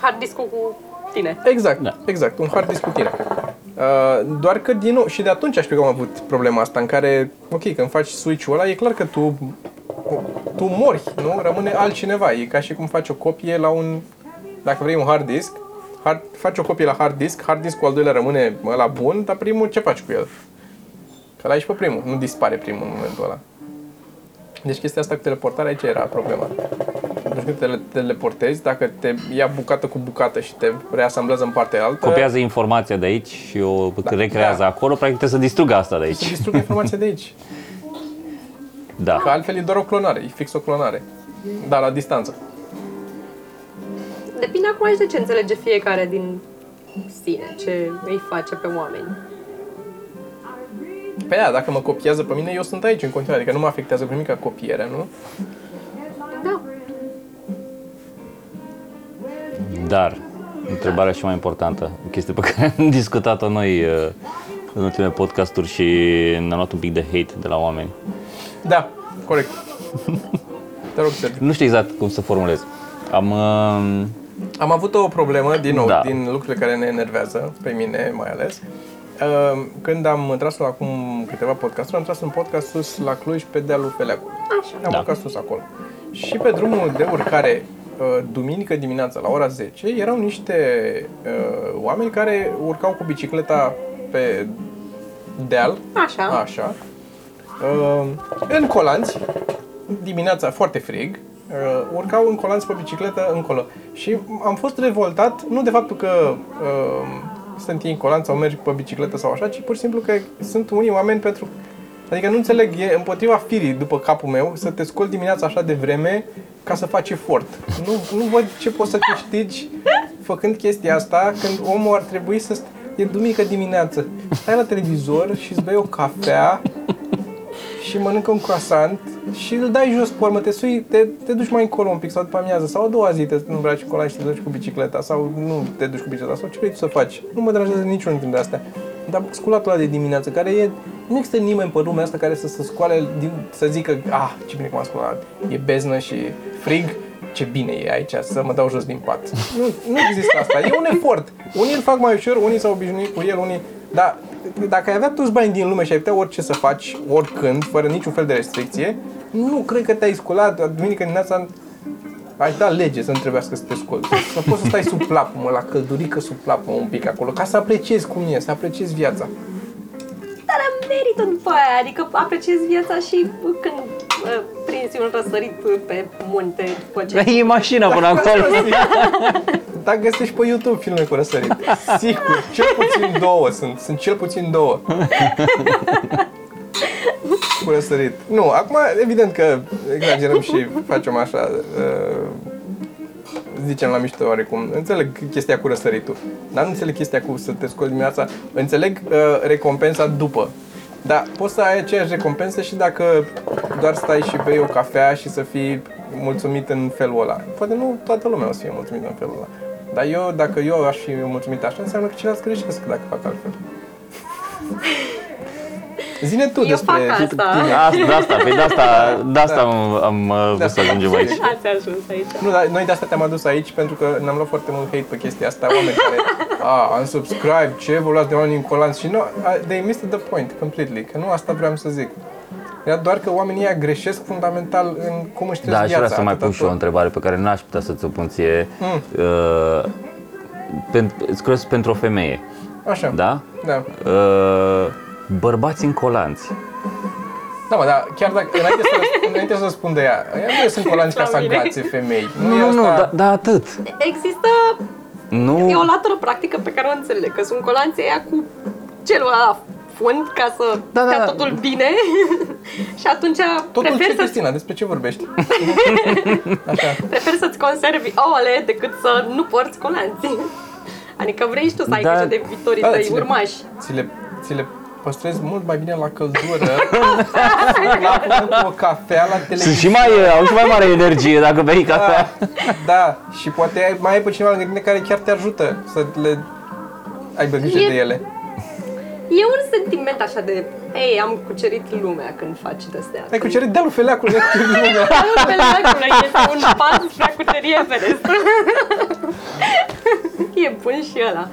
Speaker 1: Hard discul cu tine.
Speaker 2: Exact, da.
Speaker 3: Da.
Speaker 2: exact, un hard disk cu tine. Uh, doar că din nou, și de atunci știu că am avut problema asta în care, ok, când faci switch-ul ăla, e clar că tu, tu mori, nu? Rămâne altcineva. E ca și cum faci o copie la un, dacă vrei, un hard disk, hard, faci o copie la hard disk, hard disk al doilea rămâne la bun, dar primul ce faci cu el? Că la ești pe primul, nu dispare primul în momentul ăla. Deci chestia asta cu teleportarea aici era problema. Nu știu te teleportezi, dacă te ia bucată cu bucată și te reasamblează în partea altă,
Speaker 3: Copiază informația de aici și o recrează
Speaker 2: da.
Speaker 3: acolo, practic trebuie să distrugă asta de
Speaker 2: se
Speaker 3: aici.
Speaker 2: distrugă informația de aici. Că
Speaker 3: Da.
Speaker 2: altfel e doar o clonare, e fix o clonare. Dar la distanță.
Speaker 1: Depinde acum aici de ce înțelege fiecare din sine, ce îi face pe oameni.
Speaker 2: Pe aia, dacă mă copiază pe mine, eu sunt aici în continuare, adică nu mă afectează cu nimic ca copierea, nu?
Speaker 1: Da.
Speaker 3: Dar, întrebarea și mai importantă, o chestie pe care am discutat-o noi uh, în ultimele podcasturi și ne-am luat un pic de hate de la oameni.
Speaker 2: Da, corect. Te rog, Sergiu.
Speaker 3: Nu știu exact cum să formulez. Am... Uh,
Speaker 2: Am avut o problemă, din nou, da.
Speaker 3: Da.
Speaker 2: din lucrurile care ne enervează, pe mine mai ales. Uh, Când am tras acum câteva podcasturi, am tras un podcast sus la Cluj pe dealul Feleacu. Așa. Am
Speaker 3: Da.
Speaker 2: urcat sus acolo. Și pe drumul de urcare, uh, duminică dimineața, la ora 10, erau niște uh, oameni care urcau cu bicicleta pe deal,
Speaker 1: Așa.
Speaker 2: Așa. Uh, în colanți, dimineața foarte frig, uh, urcau în colanți pe bicicletă încolo. Și am fost revoltat, nu de faptul că uh, sunt ei în colanți sau merg pe bicicletă sau așa, ci pur și simplu că sunt unii oameni pentru... Adică nu înțeleg, e împotriva firii după capul meu să te scoli dimineața așa de vreme ca să faci efort. Nu, nu văd ce poți să câștigi făcând chestia asta când omul ar trebui să... St- e duminică dimineață. Stai la televizor și îți bei o cafea și mănâncă un croissant și îl dai jos pe urmă, te sui, te, te duci mai încolo un pic sau după amiază sau a doua zi te îmbraci în colan și te duci cu bicicleta sau nu te duci cu bicicleta sau ce vrei tu să faci. Nu mă deranjează niciunul dintre astea. Dar sculatul ăla de dimineață, care e, nu există nimeni pe lumea asta care să se scoale, din, să zică, ah, ce bine că m-am sculat, e beznă și frig, ce bine e aici să mă dau jos din pat. Nu, nu există asta, e un efort. Unii îl fac mai ușor, unii s-au obișnuit cu el, unii... Dar dacă ai avea toți banii din lume și ai putea orice să faci, oricând, fără niciun fel de restricție, nu cred că te-ai sculat, duminică dimineața Aș da lege să nu trebuiască să te scoli. Să poți să stai sub plapumă, la căldurică sub plapumă un pic acolo, ca să apreciezi cum e, să apreciezi viața.
Speaker 1: Dar am merită după aia, adică apreciez viața și bă, când bă, prinzi un răsărit bă, pe munte după ce...
Speaker 3: E mașina până acolo.
Speaker 2: Dacă găsești pe YouTube filme cu răsărit, sigur, cel puțin două sunt, sunt cel puțin două. cu răsărit. Nu, acum evident că exagerăm și facem așa, uh, zicem la mișto oarecum, înțeleg chestia cu răsăritul, dar nu înțeleg chestia cu să te scoli dimineața, înțeleg uh, recompensa după. Dar poți să ai aceeași recompensă și dacă doar stai și bei o cafea și să fii mulțumit în felul ăla. Poate nu toată lumea o să fie mulțumită în felul ăla. Dar eu, dacă eu aș fi mulțumit așa, înseamnă că ceilalți greșesc dacă fac altfel. Zine tu
Speaker 1: Eu
Speaker 2: despre
Speaker 1: fac asta.
Speaker 2: tine.
Speaker 3: Asta, de asta, pe de asta, de asta am, am uh,
Speaker 2: Da.
Speaker 3: vrut să ajungem aici.
Speaker 1: Ați ajuns aici.
Speaker 2: Nu, dar noi de asta te-am adus aici pentru că ne-am luat foarte mult hate pe chestia asta, oameni care a, unsubscribe, ce, vă luați de oameni incolanți și nu, a, they missed the point completely, că nu asta vreau să zic. Era doar că oamenii ăia greșesc fundamental în cum își trăiesc
Speaker 3: Da, și
Speaker 2: viața.
Speaker 3: vreau să mai
Speaker 2: atâta
Speaker 3: pun și eu
Speaker 2: tot.
Speaker 3: o
Speaker 2: Mm.
Speaker 3: întrebare pe care n-aș putea să ți-o pun ție. Uh, pen- Îți cresc pentru o femeie,
Speaker 2: Așa.
Speaker 3: da?
Speaker 2: Da.
Speaker 3: Uh, Bărbați încolanți.
Speaker 2: Da, mă, dar chiar dacă, înainte să, înainte să spun de ea, ea nu sunt colanți ca să agațe femei.
Speaker 3: Nu, nu,
Speaker 2: e
Speaker 3: nu,
Speaker 2: asta-
Speaker 3: dar da, atât.
Speaker 1: Există, e o
Speaker 3: Nu,
Speaker 1: latură practică pe care o înțeleg, că sunt colanții aia cu celul la fund ca să da,
Speaker 3: Da, da,
Speaker 1: stea
Speaker 3: da.
Speaker 1: totul bine și atunci
Speaker 2: Totul ce,
Speaker 1: prefer să
Speaker 2: Cristina, despre ce vorbești? Așa.
Speaker 1: Prefer să-ți conservi ouăle decât să nu porți colanți. Adică vrei și tu să ai
Speaker 3: Da.
Speaker 1: grijă de viitorii
Speaker 2: Da,
Speaker 1: tăi
Speaker 2: ține-
Speaker 1: urmași.
Speaker 2: Ți le, ți le păstrezi mult mai bine la căldură, la o cafea, la
Speaker 3: sunt
Speaker 2: televizor.
Speaker 3: și mai, uh, au și mai mare energie dacă bei
Speaker 2: Da,
Speaker 3: cafea.
Speaker 2: da, și poate ai, mai ai pe cineva lângă tine care chiar te ajută să le aibă grijă
Speaker 1: E-
Speaker 2: de ele.
Speaker 1: E un sentiment așa de, ei, am cucerit lumea când faci de-astea.
Speaker 2: Ai cucerit dealul feleacului, ai cucerit lumea.
Speaker 1: Pe lacul ăla este un pas spre a cuceri Everest. e bun și ăla.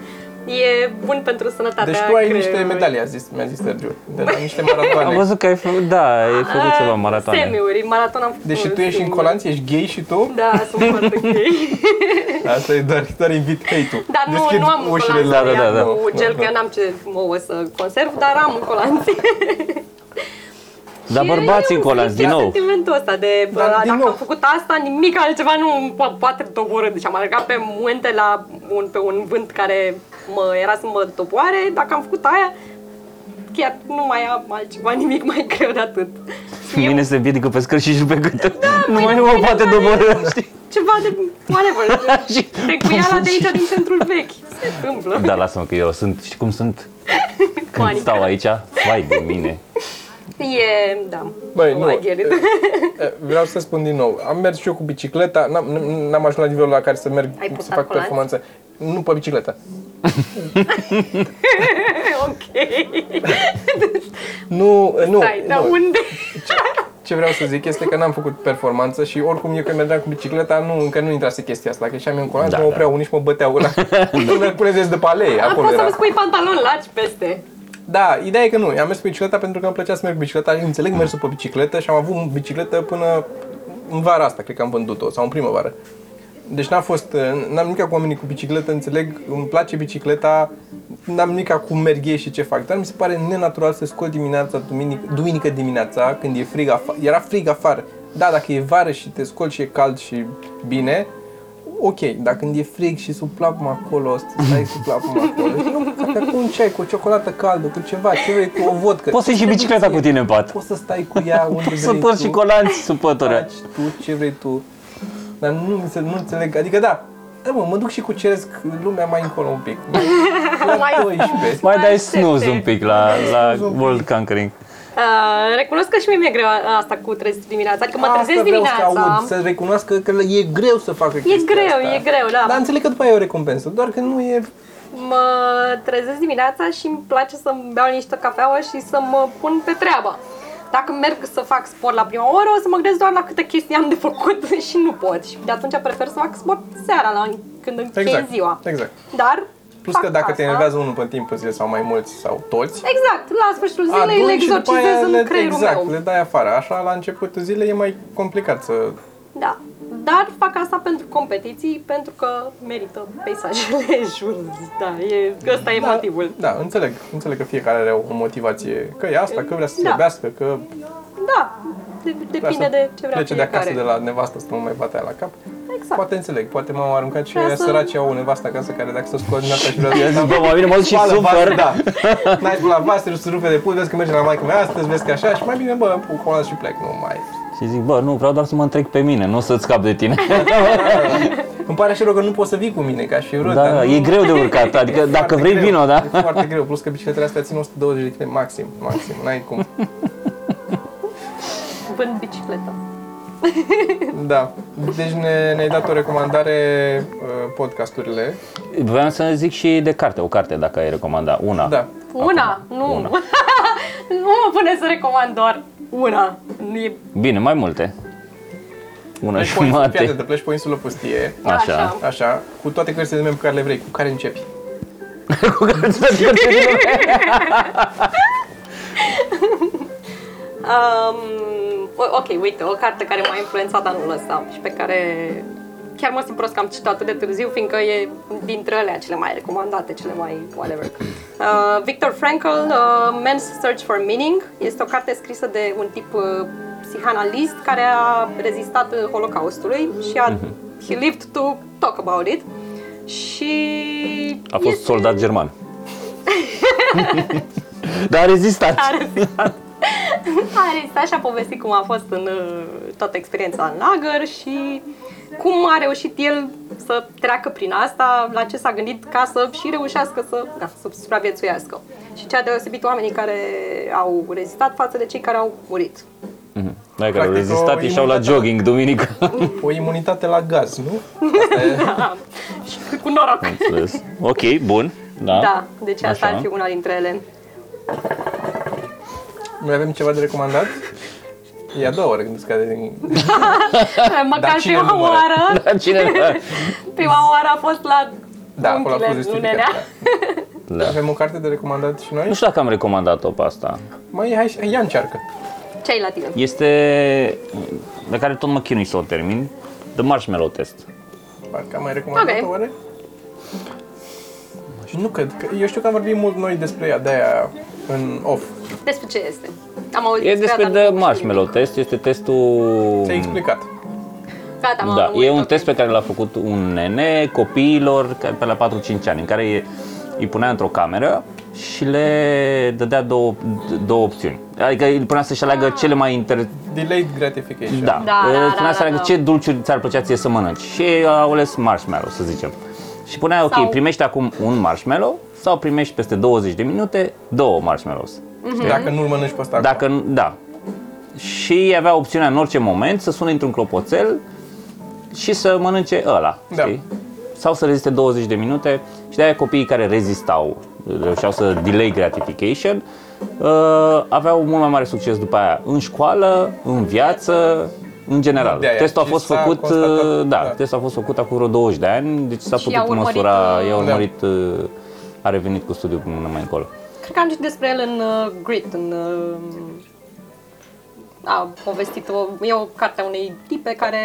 Speaker 1: E bun pentru sănătatea
Speaker 2: Deci tu ai niște
Speaker 1: creierului.
Speaker 2: medalii, a zis, mi-a zis Sergiu, de la niște
Speaker 3: Am
Speaker 2: maratoane.
Speaker 3: văzut că ai făcut, da, ai făcut ceva maratoane.
Speaker 1: Ah, Semiuri, maraton am făcut.
Speaker 2: Deci și tu ești în
Speaker 1: singur.
Speaker 2: colanți, ești gay și tu?
Speaker 1: Da, sunt foarte ok.
Speaker 2: Asta e doar, doar invit hate-ul.
Speaker 1: Dar nu, nu am un
Speaker 2: ușile
Speaker 1: colanț
Speaker 2: la...
Speaker 3: la- da, da, da.
Speaker 1: cu gel, că eu n-am ce ouă să conserv, dar am un colanț.
Speaker 3: Dar
Speaker 1: Și
Speaker 3: bărbați
Speaker 1: eu
Speaker 3: încolanți,
Speaker 1: simt
Speaker 3: din nou.
Speaker 1: sentimentul ăsta de, bă,
Speaker 2: Dar din
Speaker 1: dacă
Speaker 2: nou.
Speaker 1: am făcut asta, nimic altceva nu îmi po- poate doborâ. Deci am alergat pe munte la un, pe un vânt care mă era să mă doboare, dacă am făcut aia, chiar nu mai am altceva, nimic mai greu de Da, păi atât. E
Speaker 3: Mine se împiedică pe scări și și pe gât. Nu mai nu mă poate doborâ, știi?
Speaker 1: ceva de whatever,
Speaker 3: Și-
Speaker 1: trecuiala de aici din centrul vechi. Se întâmplă.
Speaker 3: Da, lasă-mă că eu sunt, știi cum sunt? Când
Speaker 1: Panică.
Speaker 3: stau aici, vai de mine.
Speaker 1: E, da.
Speaker 2: Băi, nu.
Speaker 1: I get it.
Speaker 2: Eh, Vreau să spun din nou, am mers și eu cu bicicleta, n-am, n- n-am ajuns la nivelul la care să merg,
Speaker 1: Ai
Speaker 2: să
Speaker 1: purtat
Speaker 2: fac
Speaker 1: colanți?
Speaker 2: performanță. Nu pe bicicletă.
Speaker 1: ok.
Speaker 2: Nu, nu,
Speaker 1: Stai, da, dar
Speaker 2: nu.
Speaker 1: unde?
Speaker 2: Ce vreau să zic este că n-am făcut performanță și oricum eu când mergeam cu bicicleta, nu, încă nu intrase chestia asta, că ieșeam eu în colan,
Speaker 3: Da,
Speaker 2: da, mă
Speaker 3: da.
Speaker 2: opreau unii și mă băteau ăla. Până puneți de pe alee,
Speaker 1: Acolo
Speaker 2: acolo
Speaker 1: poți să-mi
Speaker 2: era.
Speaker 1: spui pantaloni laci peste.
Speaker 2: Da, ideea e că nu, am mers cu bicicleta pentru că îmi plăcea să merg cu bicicleta și înțeleg mersul pe bicicletă și am avut un bicicletă până în vara asta, cred că am vândut-o, sau în primăvară. Deci n-a fost, n-am nimic cu oamenii cu bicicletă, înțeleg, îmi place bicicleta, n-am nimic cu merg ei și ce fac, dar mi se pare nenatural să scot dimineața, duminică, duminică dimineața, când e frig afa- era frig afară. Da, dacă e vară și te scoli și e cald și bine, ok, dar când e frig și sub plapuma acolo, stai sub plapuma acolo, Deci nu, dacă cu un ceai, cu o ciocolată caldă, cu ceva, ce vrei, cu o vodcă.
Speaker 3: Poți să iei și bicicleta cu tine în pat.
Speaker 2: Poți să stai cu ea unde
Speaker 3: Poți să
Speaker 2: vrei
Speaker 3: porți și
Speaker 2: tu
Speaker 3: colanți supători.
Speaker 2: faci tu ce vrei tu. Dar nu, mi se- nu înțeleg, adică da, da mă, mă duc și cuceresc lumea mai încolo un pic.
Speaker 1: Mai-
Speaker 2: La 12.
Speaker 3: Mai dai
Speaker 1: Mai
Speaker 3: snooze
Speaker 1: aștepte.
Speaker 3: un pic la, la World Conquering.
Speaker 1: Uh, recunosc că și mie mi-e greu asta cu trezit dimineața. Adică mă
Speaker 2: Asta
Speaker 1: trezesc
Speaker 2: vreau să
Speaker 1: dimineața.
Speaker 2: aud, să recunoască că e greu să facă
Speaker 1: E
Speaker 2: chestia
Speaker 1: greu,
Speaker 2: asta.
Speaker 1: e greu, da.
Speaker 2: Dar înțeleg că după aia e o recompensă, doar că nu e...
Speaker 1: Mă trezesc dimineața și îmi place să-mi beau niște cafeaua și să mă pun pe treaba. Dacă merg să fac sport la prima oră, o să mă gândesc doar la câte chestii am de făcut și nu pot. Și de atunci prefer să fac sport seara, la, când închei
Speaker 2: Exact,
Speaker 1: ziua.
Speaker 2: exact.
Speaker 1: Dar
Speaker 2: Plus
Speaker 1: fac
Speaker 2: că dacă te
Speaker 1: asta.
Speaker 2: enervează unul pe timpul zilei sau mai mulți sau toți,
Speaker 1: Exact, la sfârșitul zilei
Speaker 2: aduci
Speaker 1: le
Speaker 2: și după
Speaker 1: exorcizez
Speaker 2: aia
Speaker 1: în
Speaker 2: le-
Speaker 1: creierul
Speaker 2: Exact,
Speaker 1: meu.
Speaker 2: le dai afară. Așa, la începutul zilei e mai complicat să...
Speaker 1: Da. Dar fac asta pentru competiții, pentru că merită peisajele jur. Da, e, ăsta e
Speaker 2: Da,
Speaker 1: motivul.
Speaker 2: Da, înțeleg. Înțeleg că fiecare are o motivație. Că e asta, că vrea să se
Speaker 1: Da.
Speaker 2: iubească, că
Speaker 1: Da, de,
Speaker 2: vrea
Speaker 1: depinde
Speaker 2: să
Speaker 1: de ce vrea
Speaker 2: plece de acasă
Speaker 1: fiecare.
Speaker 2: de la nevastă să nu mai bate aia la cap.
Speaker 1: Exact.
Speaker 2: Poate înțeleg, poate m-am aruncat și
Speaker 1: Vrea
Speaker 2: aia
Speaker 1: să-
Speaker 2: săraci au o nevastă acasă care dacă se scoate din asta și vrea
Speaker 3: Eu
Speaker 2: să
Speaker 3: zic, bă, mai bine mă duc și
Speaker 2: Spală
Speaker 3: sufăr.
Speaker 2: vasele, da. N-ai spus la vaster, se rupe de pul, vezi că merge la maică mea astăzi, vezi că așa și mai bine, bă, îmi pun cola și plec, nu mai...
Speaker 3: Și zic, bă, nu, vreau doar să mă întrec pe mine, nu să-ți scap de tine.
Speaker 2: Da, Îmi pare și rău că nu poți să vii cu mine, ca și vrut,
Speaker 3: da, da,
Speaker 2: nu-
Speaker 3: e greu de urcat, adică
Speaker 2: foarte
Speaker 3: dacă vrei
Speaker 2: greu,
Speaker 3: vino, da?
Speaker 2: E foarte greu, plus că bicicletele astea țin 120 de kg maxim, maxim, n-ai cum.
Speaker 1: Vând bicicletă.
Speaker 2: Da, deci ne, ne-ai dat o recomandare uh, podcasturile.
Speaker 3: Vreau să zic și de carte, o carte dacă ai recomanda, una.
Speaker 2: Da.
Speaker 1: Una, nu.
Speaker 3: una.
Speaker 1: nu mă pune să recomand doar una. E
Speaker 3: Bine, mai multe. Una
Speaker 2: Pleci
Speaker 3: și
Speaker 2: pe o insulă, fii
Speaker 3: jumate.
Speaker 2: atent, pleci pe o insulă pustie,
Speaker 3: Așa.
Speaker 2: așa, cu toate cărțile de meme pe care le vrei, cu care începi?
Speaker 3: Cu care să te termină.
Speaker 1: Um, o- ok, uite, o carte care m-a influențat anul ăsta și pe care chiar mă simt prost că am citit atât de târziu, fiindcă e dintre alea cele mai recomandate, cele mai whatever. Uh, Victor Frankl, uh, Man's Search for Meaning, este o carte scrisă de un tip uh, psihanalist care a rezistat uh, Holocaustului și a
Speaker 3: Mhm.
Speaker 1: he lived to talk about it. Și
Speaker 3: A fost
Speaker 1: este-
Speaker 3: soldat german. Dar a rezistat.
Speaker 1: A rezistat. A rezistat și a povestit cum a fost în uh, toată experiența în lagăr și cum a reușit el să treacă prin asta, la ce s-a gândit ca să și reușească să, da, să supraviețuiască. Și ce a deosebit oamenii care au rezistat față de cei care au murit.
Speaker 3: Da, care au
Speaker 2: Practic,
Speaker 3: rezistat
Speaker 2: o
Speaker 3: ieșeau la
Speaker 2: imunitate.
Speaker 3: jogging duminică.
Speaker 2: O imunitate la gaz, nu? Asta e.
Speaker 1: Da. și cu noroc.
Speaker 3: Înțeles. ok, bun. Da.
Speaker 1: Da, deci asta
Speaker 3: Așa.
Speaker 1: ar fi una dintre ele.
Speaker 2: Mai avem ceva de recomandat? E a doua oară când scade din...
Speaker 1: Eh, Măcar
Speaker 2: cine
Speaker 1: prima
Speaker 2: numără?
Speaker 1: oară,
Speaker 3: Da, cine
Speaker 1: prima oară a fost la
Speaker 2: Da, acolo a fost
Speaker 1: unchiile, nu
Speaker 2: justificat.
Speaker 1: nenea.
Speaker 2: Da.
Speaker 3: da.
Speaker 2: Avem o carte de recomandat și
Speaker 3: Nu
Speaker 2: noi?
Speaker 3: știu dacă am recomandat-o pe asta.
Speaker 2: Mai hai, și- ia încearcă.
Speaker 1: Ce ai la tine?
Speaker 3: Este... de care tot mă chinui să o termin. The Marshmallow Test.
Speaker 2: Parcă am mai recomandat
Speaker 1: Ok.
Speaker 2: okay. oare? Și nu cred, că, eu știu că am vorbit mult noi despre ea, de-aia în off.
Speaker 1: Despre ce este? Am auzit
Speaker 3: E despre
Speaker 1: ea, dar nu
Speaker 3: The
Speaker 1: știu
Speaker 3: Marshmallow Test, este testul...
Speaker 2: Ți-ai explicat.
Speaker 1: Gata, m-am
Speaker 3: Da,
Speaker 1: lămurit,
Speaker 3: e un
Speaker 1: ok.
Speaker 3: test pe care l-a făcut un nene copiilor care- pe la 4-5 ani, în care e- îi punea într-o cameră și le dădea două, două opțiuni. Adică îi punea să-și aleagă cele mai inter...
Speaker 2: Delayed gratification.
Speaker 3: Da,
Speaker 1: Ah. Da,
Speaker 3: Îi
Speaker 1: da,
Speaker 3: punea
Speaker 1: da,
Speaker 3: să aleagă
Speaker 1: da.
Speaker 3: ce dulciuri ți-ar plăcea ție să mănânci și au ales marshmallow, să zicem. Și punea, ok,
Speaker 1: Sau-
Speaker 3: primești acum un marshmallow sau primești peste 20 de minute două marshmallows.
Speaker 2: Dacă nu-l mănânci pe ăsta
Speaker 3: Dacă, nu- da. Și avea opțiunea în orice moment să sune într-un clopoțel și să mănânce ăla,
Speaker 2: Da.
Speaker 3: știi? Sau să reziste 20 de minute și de-aia copiii care rezistau, reușeau să delay gratification, uh, aveau mult mai mare succes după aia în școală, în viață, în general.
Speaker 2: De-aia.
Speaker 3: Testul a
Speaker 2: Și
Speaker 3: fost
Speaker 2: s-a
Speaker 3: făcut,
Speaker 2: constatat,
Speaker 3: uh, da,
Speaker 2: da.
Speaker 3: testul a fost făcut acum vreo 20 de ani, deci s-a
Speaker 1: Și
Speaker 3: putut
Speaker 1: i-a urmărit,
Speaker 3: măsura,
Speaker 1: uh,
Speaker 3: i-a
Speaker 1: Da.
Speaker 3: urmărit, uh, a revenit cu studiul până mai încolo.
Speaker 1: Cred că am citit despre el în uh, Grit, în... Uh, a povestit-o, e o carte a unei tipe care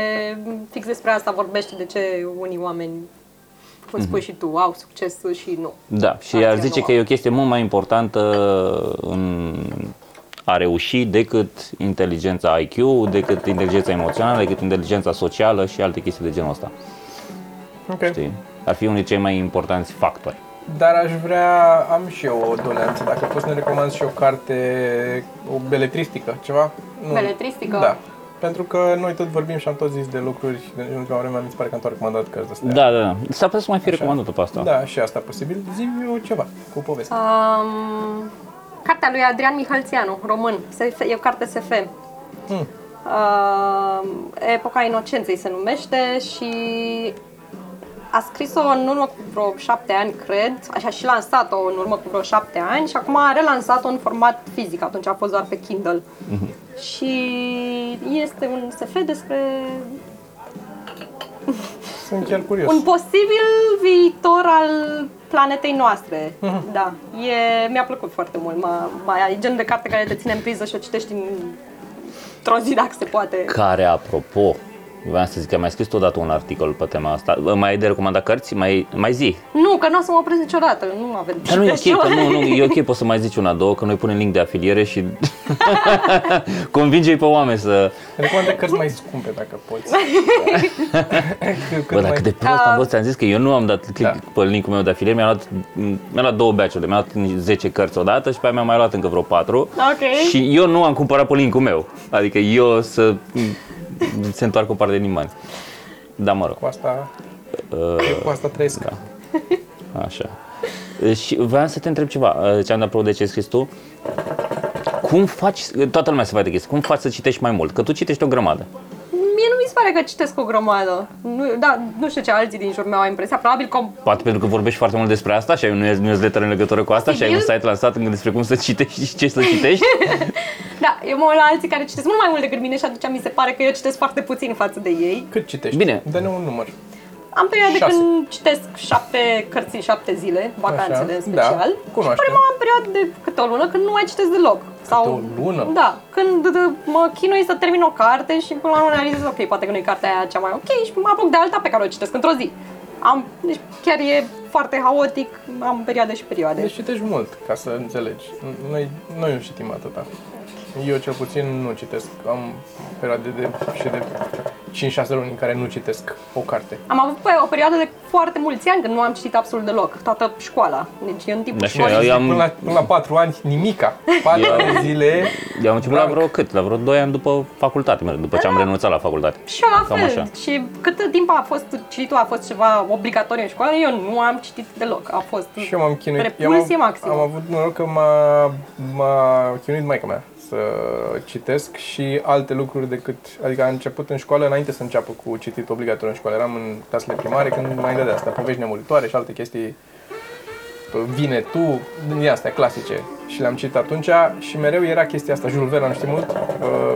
Speaker 1: mm, fix despre asta vorbește, de ce unii oameni, cum spui
Speaker 3: Mhm.
Speaker 1: și tu, au succes și nu.
Speaker 3: Da, și
Speaker 1: Acția
Speaker 3: ar zice
Speaker 1: nouă.
Speaker 3: că e o chestie mult mai importantă în a reuși decât inteligența IQ, decât inteligența emoțională, decât inteligența socială și alte chestii de genul ăsta.
Speaker 2: Ok.
Speaker 3: Știi? Ar fi unul dintre cei mai importanți factori.
Speaker 2: Dar aș vrea, am și eu o doleanță, dacă poți să ne recomand și o carte, o beletristică, ceva? Nu.
Speaker 1: Beletristică?
Speaker 2: Da. Pentru că noi tot vorbim și am tot zis de lucruri, de în ultima vreme mi se pare că am tot recomandat cărți astea.
Speaker 3: Da, da, da. S-ar putea să mai fi recomandată pe asta.
Speaker 2: Da, și asta posibil. Zi eu ceva cu poveste.
Speaker 1: Ah. Um, cartea lui Adrian Mihalțianu, român, SF, e o carte SF.
Speaker 2: Hmm.
Speaker 1: Uh, Epoca inocenței se numește și a scris-o în urmă cu vreo șapte ani, cred, așa și lansat-o în urmă cu vreo șapte ani și acum a relansat-o în format fizic, atunci a fost doar pe Kindle. Și este un SF despre
Speaker 2: Sunt chiar curios.
Speaker 1: Un posibil viitor al planetei noastre.
Speaker 3: Mhm.
Speaker 1: Da. E, mi-a plăcut foarte mult. M-a, m-a, e genul de carte care te ține în priză și o citești în într-o zi dacă se poate.
Speaker 3: Care, apropo, vreau să zic că am mai scris odată un articol pe tema asta. Mai ai de recomandat cărți? Mai, mai zi.
Speaker 1: Nu, că nu o să mă opresc niciodată. Nu avem
Speaker 3: Dar nu e ok, că nu, nu, e ok, poți să mai zici una, două, că noi punem link de afiliere și convinge pe oameni să...
Speaker 2: Recomandă cărți mai scumpe dacă poți. Cât
Speaker 3: Bă, dar cât de prost am fost, ți-am zis că eu nu am dat click
Speaker 2: Da.
Speaker 3: pe linkul meu de afiliere, mi-a luat, mi-a luat două batch-uri, mi-a luat 10 cărți odată și pe aia mi-a mai luat încă vreo 4.
Speaker 1: Ok.
Speaker 3: Și eu nu am cumpărat pe linkul meu, adică eu să se întoarcă o parte din bani. Da, mă rog.
Speaker 2: Cu asta,
Speaker 3: Uh,
Speaker 2: cu asta trăiesc.
Speaker 3: Da. Așa. Și vreau să te întreb ceva, uh, ce am apropo de ce ai scris tu. Cum faci, toată lumea se face chestii, cum faci să citești mai mult? Că tu citești o grămadă.
Speaker 1: Mie nu mi se pare că citesc o grămadă. Nu, da, nu știu ce alții din jur mi-au impresia. Probabil că
Speaker 3: Poate pentru că vorbești foarte mult despre asta și ai un newsletter în legătură cu asta și ai un
Speaker 1: Posibil.
Speaker 3: site lansat în- despre cum să citești și ce să citești.
Speaker 1: da, eu mă uit la alții care citesc mult mai mult decât mine și atunci mi se pare că eu citesc foarte puțin față de ei.
Speaker 2: Cât citești?
Speaker 3: Bine.
Speaker 2: Dă-ne un număr.
Speaker 1: Am perioade
Speaker 2: Șase.
Speaker 1: când citesc șapte cărți în șapte zile, vacanțele
Speaker 2: Așa,
Speaker 1: în special.
Speaker 2: da, cunoaștem.
Speaker 1: Și apoi mai am perioade de câte o lună când nu mai citesc deloc. Sau,
Speaker 2: o lună?
Speaker 1: Da, când d- mă chinui să termin o carte și până la urmă realizez, ok, poate că nu e cartea aia cea mai ok și mă apuc de alta pe care o citesc într-o zi. Am, deci chiar e foarte haotic, am perioade și perioade.
Speaker 2: Deci citești mult, ca să înțelegi. Noi, noi nu citim atâta. Eu cel puțin nu citesc. Am perioade de, și de 5-6 luni în care nu citesc o carte.
Speaker 1: Am avut pe o perioadă de foarte mulți ani când nu am citit absolut deloc, toată școala. Deci e în tipul
Speaker 3: Da,
Speaker 1: da,
Speaker 3: și
Speaker 1: școlii.
Speaker 3: eu- am-
Speaker 2: Până la, până la 4 ani, nimica. 4
Speaker 3: Eu-
Speaker 2: ani de zile.
Speaker 3: Eu am început la
Speaker 2: Frank.
Speaker 3: vreo cât? La vreo 2 ani după facultate, mereu, după ce am renunțat la facultate.
Speaker 1: Ah. Și eu la
Speaker 3: Cam
Speaker 1: fel.
Speaker 3: așa.
Speaker 1: Și cât timp a fost cititul, a fost ceva obligatoriu în școală, eu nu am citit deloc. A fost
Speaker 2: Și eu m-am chinuit.
Speaker 1: repulsie
Speaker 2: eu am,
Speaker 1: maximă.
Speaker 2: am avut noroc că m-a, m-a chinuit maica mea să citesc și alte lucruri decât... Adică a început în școală înainte să înceapă cu citit obligatoriu în școală. Eram în clasele primare când mai dădea asta, povești nemuritoare și alte chestii vine tu, din astea clasice. Și le-am citit atunci și mereu era chestia asta, Jules Verne, am știut mult. Uh,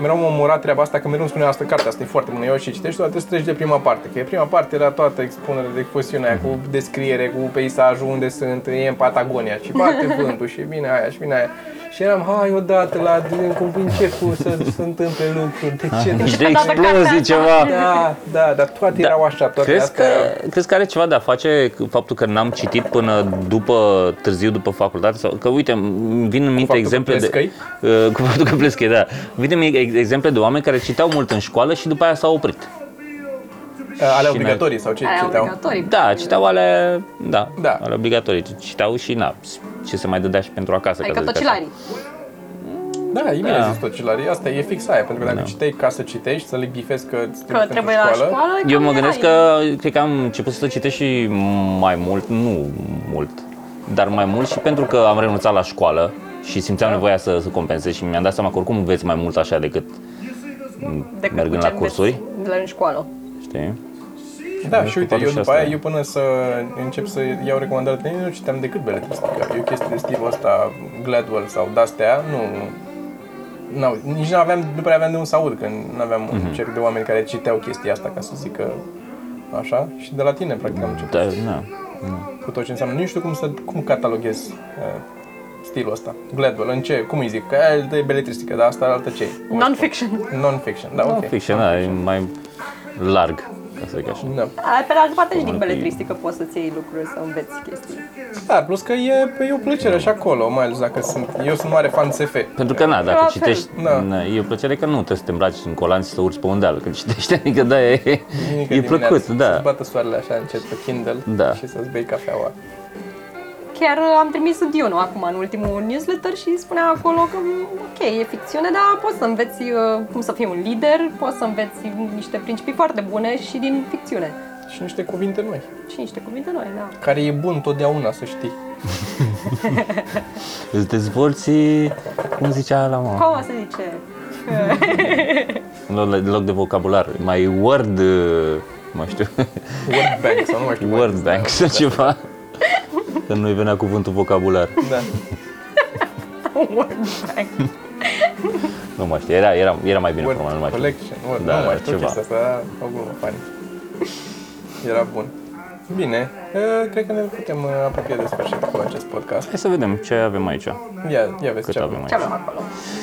Speaker 2: mereu m-a omorat treaba asta, că mereu îmi spunea asta, cartea asta e foarte bună, eu și citești, doar trebuie să treci de prima parte. Că prima parte era toată expunerea de expoziunea aia,
Speaker 3: Mhm.
Speaker 2: cu descriere, cu peisajul, unde sunt, e în Patagonia și bate vântul și vine aia și vine aia. Și eram, hai odată la cum încerc cu să se întâmple lucruri, de ce? nu?
Speaker 3: De explozii Deci ceva.
Speaker 2: Da, da, dar toate erau așa, toate
Speaker 3: Crezi că,
Speaker 2: astea.
Speaker 3: crezi că are ceva de a face cu faptul că n-am citit până după târziu, după facultate? Sau, că uite, îmi vin în minte
Speaker 2: faptul
Speaker 3: exemple
Speaker 2: că
Speaker 3: de...
Speaker 2: plescăi?
Speaker 3: Uh, cu faptul că plescăi, da. Vin în minte ex- exemple de oameni care citeau mult în școală și după aia s-au oprit.
Speaker 2: Ale
Speaker 3: și
Speaker 2: obligatorii sau ce
Speaker 1: Aia
Speaker 2: citeau?
Speaker 1: obligatorii.
Speaker 3: Da, citeau ale, da,
Speaker 2: Da.
Speaker 3: ale obligatorii. Citeau și, na, ce se mai dădea și pentru acasă.
Speaker 1: Adică
Speaker 3: ca să
Speaker 1: tot
Speaker 3: zic așa.
Speaker 1: cilarii.
Speaker 2: Da, e bine
Speaker 3: Da.
Speaker 2: da. zis tot ce l-are. Asta e fix aia, pentru că dacă
Speaker 3: Da.
Speaker 2: citeai ca să citești, să le bifezi că, îți
Speaker 1: Că
Speaker 2: trimit
Speaker 1: trebuie
Speaker 2: într-o
Speaker 1: la școală. e
Speaker 3: Eu
Speaker 1: cam
Speaker 3: mă gândesc
Speaker 1: era, e-
Speaker 3: că cred că am început să citesc și mai mult, nu mult, dar mai mult și pentru că am renunțat la școală și simțeam nevoia să, să compensez și mi-am dat seama că oricum înveți mai mult așa decât
Speaker 1: decât
Speaker 3: mergând
Speaker 1: ce
Speaker 3: la cursuri,
Speaker 1: înveți la în școală.
Speaker 3: știi?
Speaker 2: Da, și uite,
Speaker 3: Cu
Speaker 2: eu
Speaker 3: patru și
Speaker 2: după aia,
Speaker 3: asta.
Speaker 2: eu până să încep să iau recomandări de tine, nu citeam decât beletristică. Eu chestii de stilul ăsta, Gladwell sau de-astea, nu... n-au- nici nu aveam, după aia aveam de un să aud, că nu aveam
Speaker 3: Mhm.
Speaker 2: un cerc de oameni care citeau chestia asta, ca să zic că așa, și de la tine, practic, am început
Speaker 3: Dar, na.
Speaker 2: cu tot ce înseamnă. Nu știu cum să, cum cataloghez uh, stilul ăsta. Gladwell, în ce, cum îi zic? Că aia e beletristică, dar asta altă ce e? Cum îi
Speaker 1: Non-fiction.
Speaker 2: Non-fiction, da, ok.
Speaker 3: Fiction, da, e mai larg, ca să zic așa.
Speaker 2: Da.
Speaker 1: A, Pe de altă parte și din
Speaker 3: Cum ar fi?
Speaker 1: beletristică poți să-ți iei lucruri, să înveți chestii.
Speaker 2: da, plus că e, e o plăcere și acolo, mai ales dacă sunt... Eu sunt mare fan SF.
Speaker 3: Pentru că, na, dacă
Speaker 1: La fel.
Speaker 3: citești,
Speaker 2: Da.
Speaker 3: na, e o plăcere că nu trebuie să te îmbraci în colanți și să urci pe un deal când citești, adică da, e,
Speaker 2: Duminică
Speaker 3: e
Speaker 2: dimineața,
Speaker 3: plăcut, da.
Speaker 2: Să-ți bată soarele așa încet pe Kindle
Speaker 3: Da.
Speaker 2: și să-ți bei cafeaua.
Speaker 1: Chiar am trimis Dune acum în ultimul newsletter și spunea acolo că m, ok, e ficțiune, dar poți să înveți uh, cum să fii un lider, poți să înveți niște principii foarte bune și din ficțiune.
Speaker 2: Și niște cuvinte noi,
Speaker 1: Și niște cuvinte noi, da.
Speaker 2: care e bun totdeauna să știi.
Speaker 3: Îți dezvolți, cum zicea la mă?
Speaker 1: Cum se zice?
Speaker 3: În loc, în loc de vocabular, mai word, uh, mă știu,
Speaker 2: Word bank sau nu mai știu. cum
Speaker 3: word
Speaker 2: mai-
Speaker 3: bank sau ceva. Că nu-i venea cuvântul vocabular.
Speaker 2: Da.
Speaker 3: Nu mai știu, era, era, era mai bine
Speaker 2: Word
Speaker 3: format, nu mai știu.
Speaker 2: collection. Word,
Speaker 3: Da,
Speaker 2: nu mai știu
Speaker 3: ceva.
Speaker 2: chestia asta, dar o glumă fani. era bun. Bine, eh, cred că ne putem eh, apropia de sfârșit cu acest podcast.
Speaker 3: Hai să vedem ce avem aici.
Speaker 2: Ia, ia vezi
Speaker 3: Cât
Speaker 2: ce
Speaker 3: avem
Speaker 2: avem.
Speaker 1: Ce
Speaker 3: aici?
Speaker 1: avem acolo?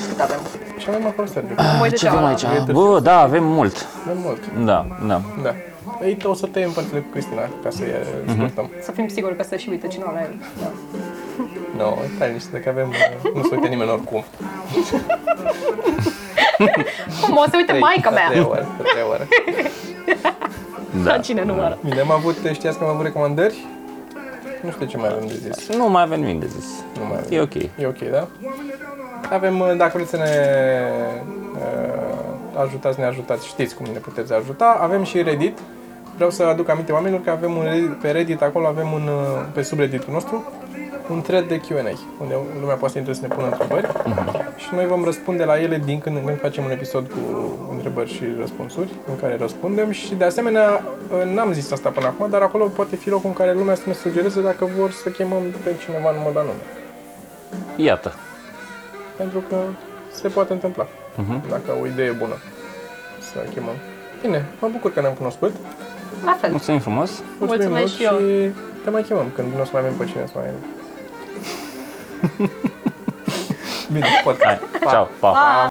Speaker 1: Cât avem?
Speaker 2: Ce avem acolo, Sergiu?
Speaker 1: Mai
Speaker 3: Ah, Păi Ce avem aici?
Speaker 2: Uite,
Speaker 3: Bă, da, avem mult.
Speaker 2: Avem mult.
Speaker 3: Da, da.
Speaker 2: Da. Ei, o să tăiem părțile cu Cristina ca să e
Speaker 3: Mhm.
Speaker 2: scurtăm.
Speaker 1: Să fim siguri că să și uite cineva la el. Da.
Speaker 2: Nu, no, stai liniște, că avem... eh, Nu se uite nimeni oricum.
Speaker 1: Cum o să uite
Speaker 2: Trei-
Speaker 1: maica
Speaker 2: a
Speaker 1: mea?
Speaker 2: treia oară, a treia oară.
Speaker 3: da.
Speaker 1: La cine nu mă arăt?
Speaker 2: Bine, am avut, știați că am avut recomandări? Nu știu ce mai avem de zis.
Speaker 3: Nu mai avem nimic de zis.
Speaker 2: Nu mai avem.
Speaker 3: E ok.
Speaker 2: E ok, da? Avem, dacă vreți să ne uh, ajutați, ne ajutați, știți cum ne puteți ajuta. Avem și Reddit. Vreau să aduc aminte oamenilor că avem un Reddit, pe Reddit acolo avem un, uh, pe subredditul nostru, un thread de Q&A, unde lumea poate să intre să ne pună întrebări și noi vom răspunde la ele din când în când facem un episod cu întrebări și răspunsuri în care răspundem și de asemenea uh, n-am zis asta până acum, dar acolo poate fi locul în care lumea să ne sugereze dacă vor să chemăm pe cineva în mod anume
Speaker 3: Iată.
Speaker 2: pentru că se poate întâmpla, dacă o idee e bună să chemăm. Bine, mă bucur că ne-am cunoscut.
Speaker 1: La fel.
Speaker 3: Mulțumim frumos.
Speaker 2: Mulțumim
Speaker 4: Mulțumesc și eu.
Speaker 2: mult Și te mai chemăm când nu o să mai avem pe cine să mai... Bine, pot.
Speaker 3: Hai. Ciao. Pa.
Speaker 2: Pa.